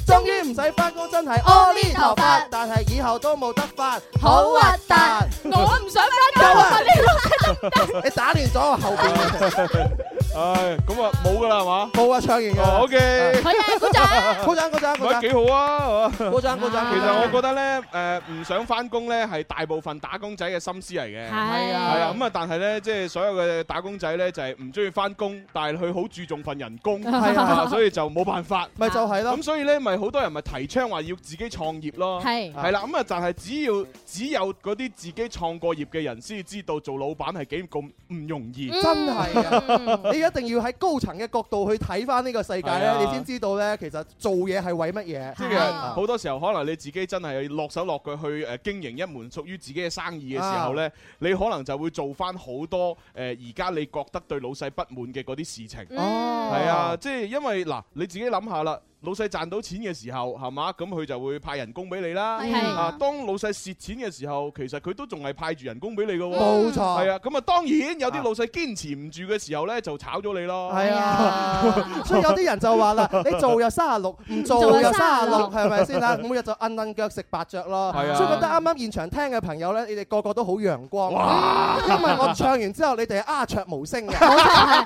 S9: 終於唔使翻工，真係阿彌陀佛，但係以後都冇得翻，好核突！
S8: 啊
S7: 我唔想翻工，我問你老細得唔得？
S9: 你打亂咗我後邊。
S8: 唉，咁啊冇噶啦係嘛？
S9: 冇啊，唱完㗎啦
S8: 哦，OK。
S9: 係啊鼓掌鼓掌鼓掌鼓掌
S8: 喂幾好啊！係嘛
S9: 鼓掌鼓掌
S8: 其實
S9: 鼓掌
S8: 我覺得咧，誒唔想翻工咧，係大部分打工仔嘅心思嚟嘅。
S9: 係
S8: <laughs>
S9: 啊
S8: 係啊，咁啊，但係咧，即係所有嘅打工仔咧，就係唔中意翻工，但係佢好注重份人工，
S9: 係啊
S8: 所以就冇辦法。
S9: 咪就係咯
S8: 咁所以咧，咪好多人咪提倡話要自己創業咯。
S9: 係
S8: <laughs> 係啦，咁啊，但係只要只有嗰啲自己創過業嘅人，先知道做老闆係幾咁唔容易。
S9: 真係啊！你一定要喺高層嘅角度去睇翻呢個世界
S8: 嗯係
S9: 咧，
S8: 啊
S9: 你先知道咧，其實做嘢係為乜嘢。
S8: 即係
S9: 啊
S8: 好多時候，可能你自己真係落手落腳去誒經營一門屬於自己嘅生意嘅時候
S9: 啊
S8: 呢，你可能就會做翻好多誒呃而家你覺得對老細不滿嘅嗰啲事情。
S9: 哦
S8: 係啊，即係因為嗱，你自己諗下啦。老細賺到錢嘅時候，係嘛？咁佢就會派人工俾你啦。
S9: 係啊
S8: 啊，當老細蝕錢嘅時候，其實佢都仲係派住人工俾你嘅喎。
S9: 冇錯
S8: 係啊，咁啊當然有啲老細堅持唔住嘅時候呢，就炒咗你咯。
S9: 係啊， <laughs> 所以有啲人就話啦，
S8: <laughs>
S9: 你做又三十六，唔做又三十六，係咪先啊啦？每日就摁摁腳食白雀咯。
S8: 係啊
S9: 所以覺得啱啱現場聽嘅朋友咧，你哋個個都好陽光。因為我唱完之後，你哋係鴉雀無聲
S7: 2015
S9: 嘅。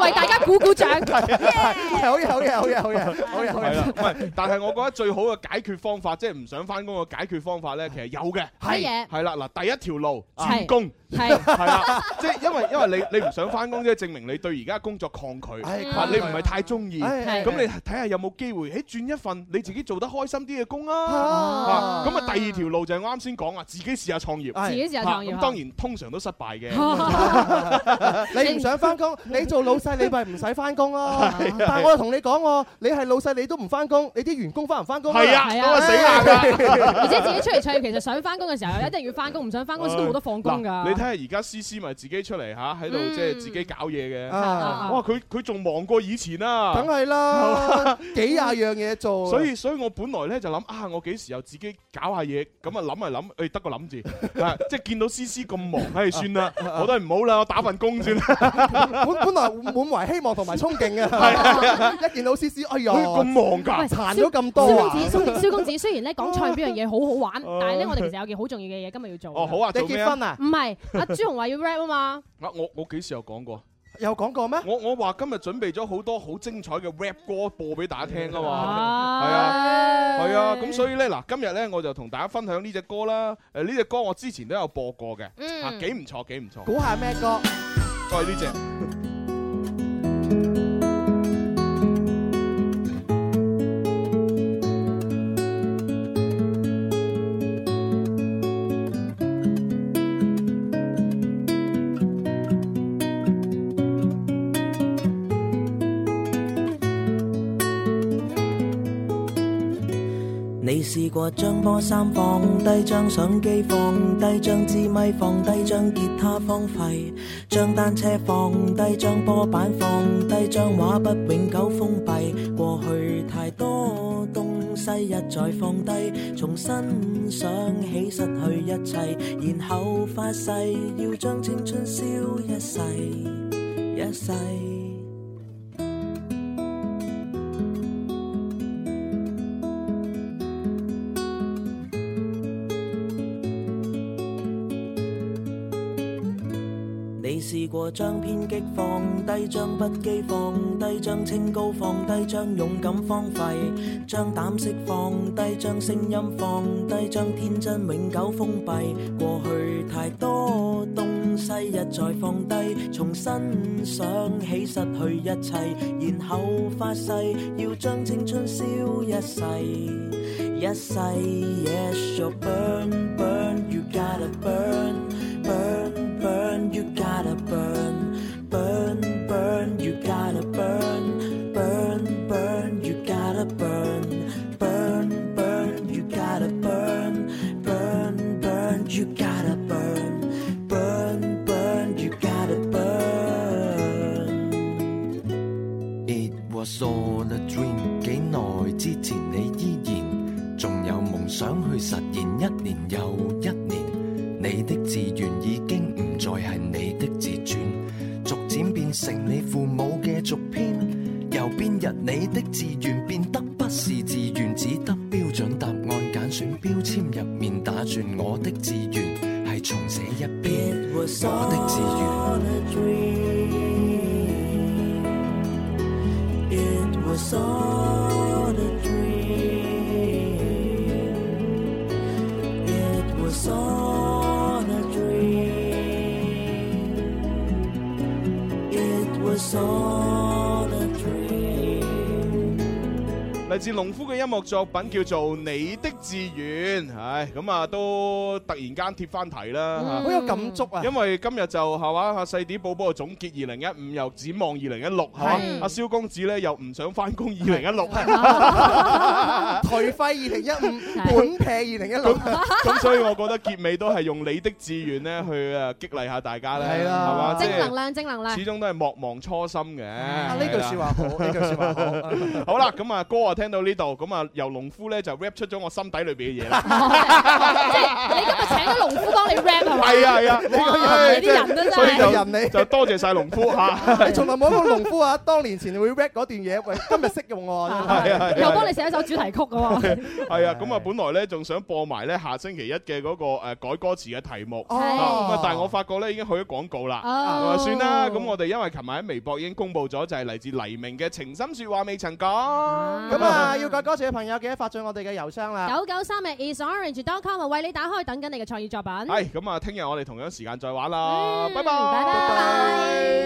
S7: 為大家鼓鼓
S8: <laughs>
S7: 掌。
S9: <laughs> 係好嘢，好嘢，好嘢，好嘢，好嘢，好
S8: 係 <laughs>
S9: 嘢
S8: 啦，。唔係，但係我覺得最好嘅解決方法，即係唔想翻工嘅解決方法咧，其實有嘅。
S7: 乜嘢
S8: 係啦，嗱，第一條路
S7: 係
S8: 轉工。
S7: 係
S8: 係啦，即係因為因為你你唔想翻工，即係證明你對而家工作抗拒，
S9: 唉
S8: 啊
S9: 抗拒
S8: 你唔係太中意。
S9: 唉
S8: 咁你睇下有冇機會，誒轉一份你自己做得開心啲嘅工啊。
S9: 啊
S8: 啊咁啊，第二條路就係我啱先講啊，自己試下創業。
S9: 係自己試下創業
S8: 啊咁當然通常都失敗
S9: <laughs>
S8: 嘅。
S9: 你唔想翻工，你做老細你咪唔使翻工咯。但係我就同你講喎，你係老細你都唔翻工，你啲員工翻唔翻工啊？
S8: 係啊
S7: 係
S8: 咁啊死硬㗎
S7: <laughs> 而且自己出嚟唱業，其實想翻工嘅時候一定要翻工，唔想翻工都冇得放
S8: 嗱
S7: 工㗎。
S8: 你睇下而家思思咪自己出嚟吓，喺度即係自己搞嘢嘅。
S9: 啊啊
S8: 哇！佢佢仲忙過以前啊。
S9: 梗係啦，幾廿樣嘢做。
S8: 所以所以我本來咧就諗啊，我幾時又自己搞下嘢，咁啊諗啊諗，誒得個諗字，啊即係見到思思咁忙，唉算啦，我都係唔好啦，我打份工先啦。
S9: 本本來滿懷希望同埋憧憬 <laughs> 嘅，一見到思思，哎呀，
S8: 咁忙
S7: 喂
S9: 㗎，殘咗咁多啊！
S7: 蕭蕭公子，蕭公子雖然咧講唱邊樣嘢好好
S8: <laughs>
S7: 玩，但係咧我哋其實有件好重要嘅嘢今日要做㗎。
S8: 哦好啊做咩啊你結
S9: à?
S8: 婚啊
S7: 唔係，阿朱紅話要 rap 啊嘛。
S8: 啊我我幾時有講過？
S9: 有講過咩？
S8: 我我話今日準備咗好多好精彩嘅 rap 歌播俾大家聽啊嘛， <laughs> 係啊。
S7: 啊
S8: 係啊，咁所以呢，嗱，今日呢，我就同大家分享呢只歌啦。誒，呢只歌我之前都有播過嘅，
S9: 嗯
S8: 啊，幾唔錯，幾唔錯。
S9: 估下咩歌？
S8: 都係呢只。
S23: 你試過將波衫放低，將相機放低，將支咪放低，將吉他荒廢，將單車放低，將波板放低，將畫筆永久封閉。過去太多東西一再放低，重新想起失去一切，然後發誓要將青春燒一世一世。你試過將偏激放低，將不羈放低，將清高放低，將勇敢荒廢，將膽識放低，將聲音放低，將天真永久封閉。過去太多東西一再放低，重新想起失去一切，然後發誓要將青春燒一世。Yes, I, yes, you burn, burn, you gotta burn, burn, burn, you gotta burn, burn, burn, you gotta burn, burn, burn, you gotta burn, burn, burn, you gotta burn, burn, burn, you gotta burn, burn, burn, you gotta burn.
S19: It was all a dream。幾耐之前你依然仲有夢想去實現，一年又一年，你的志願已經唔再係你的自傳，逐漸變成你父母嘅續篇。由邊日你的志願變得不是自願，只得標準答案揀選標籤入面打轉我的志願係重寫一遍，我的志願。
S23: On a dream. was all a dream. It was all a dream. It was all a dream.
S8: 嚟自農夫嘅音樂作品叫做《你的志願》，唉，咁啊都突然間貼翻題啦，
S9: 嗯好有感觸啊 <laughs>
S8: 因為今日就係嘛，阿細啲寶寶總結二零一五，又展望二零一六，係嘛
S9: 係，
S8: 阿蕭公子咧又唔想翻工二零一六，
S7: Ờ,
S9: 頹廢二零一五，本屁二零一六。
S8: 咁所以我覺得結尾都係用《你的志願》咧去誒激勵下大家咧，係
S9: 啦
S8: 嘛，即
S7: 正能
S8: 係
S7: 量，正能量
S8: 始。終都係莫忘初心嘅。啊
S9: 呢句説話好呢句説話好。
S8: 好啦，咁啊歌啊聽到呢度，咁啊由農夫咧就 rap 出咗我心底裏邊嘅嘢啦。
S7: Ờ, 你今日請咗農夫幫你 rap Ờ, 係嘛？
S8: 係啊係啊，
S7: 哇
S8: 唉
S7: 你啲人都真
S8: 所以
S7: 係。
S8: 就就多謝晒農夫
S9: <laughs>
S8: 嚇。
S9: 你從來冇一個農夫啊，當年前會 rap 嗰段嘢，喂，今日識用喎。真
S8: <laughs>
S9: 係
S8: 係啊係啊
S7: 又幫你寫一首主題曲嘅喎。
S8: 係啊，咁啊，本來咧仲想播埋咧下星期一嘅嗰個誒改歌詞嘅題目，
S7: 哦
S8: 啊咁啊，但係我發覺咧已經去咗廣告啦，咁啊
S7: 哦
S8: 算啦。咁我哋因為琴日喺微博已經公佈咗，就係嚟自黎明嘅《情深説話未曾講》。
S9: 咁啊，要改歌詞嘅朋友記得發進我哋嘅郵箱啦。
S7: 九九三嘅 isorange.com 啊為你打開等緊你嘅創意作品。Ừ,
S8: 嗯係咁啊，聽日我哋同樣時間再玩啦，拜拜。
S7: 拜拜。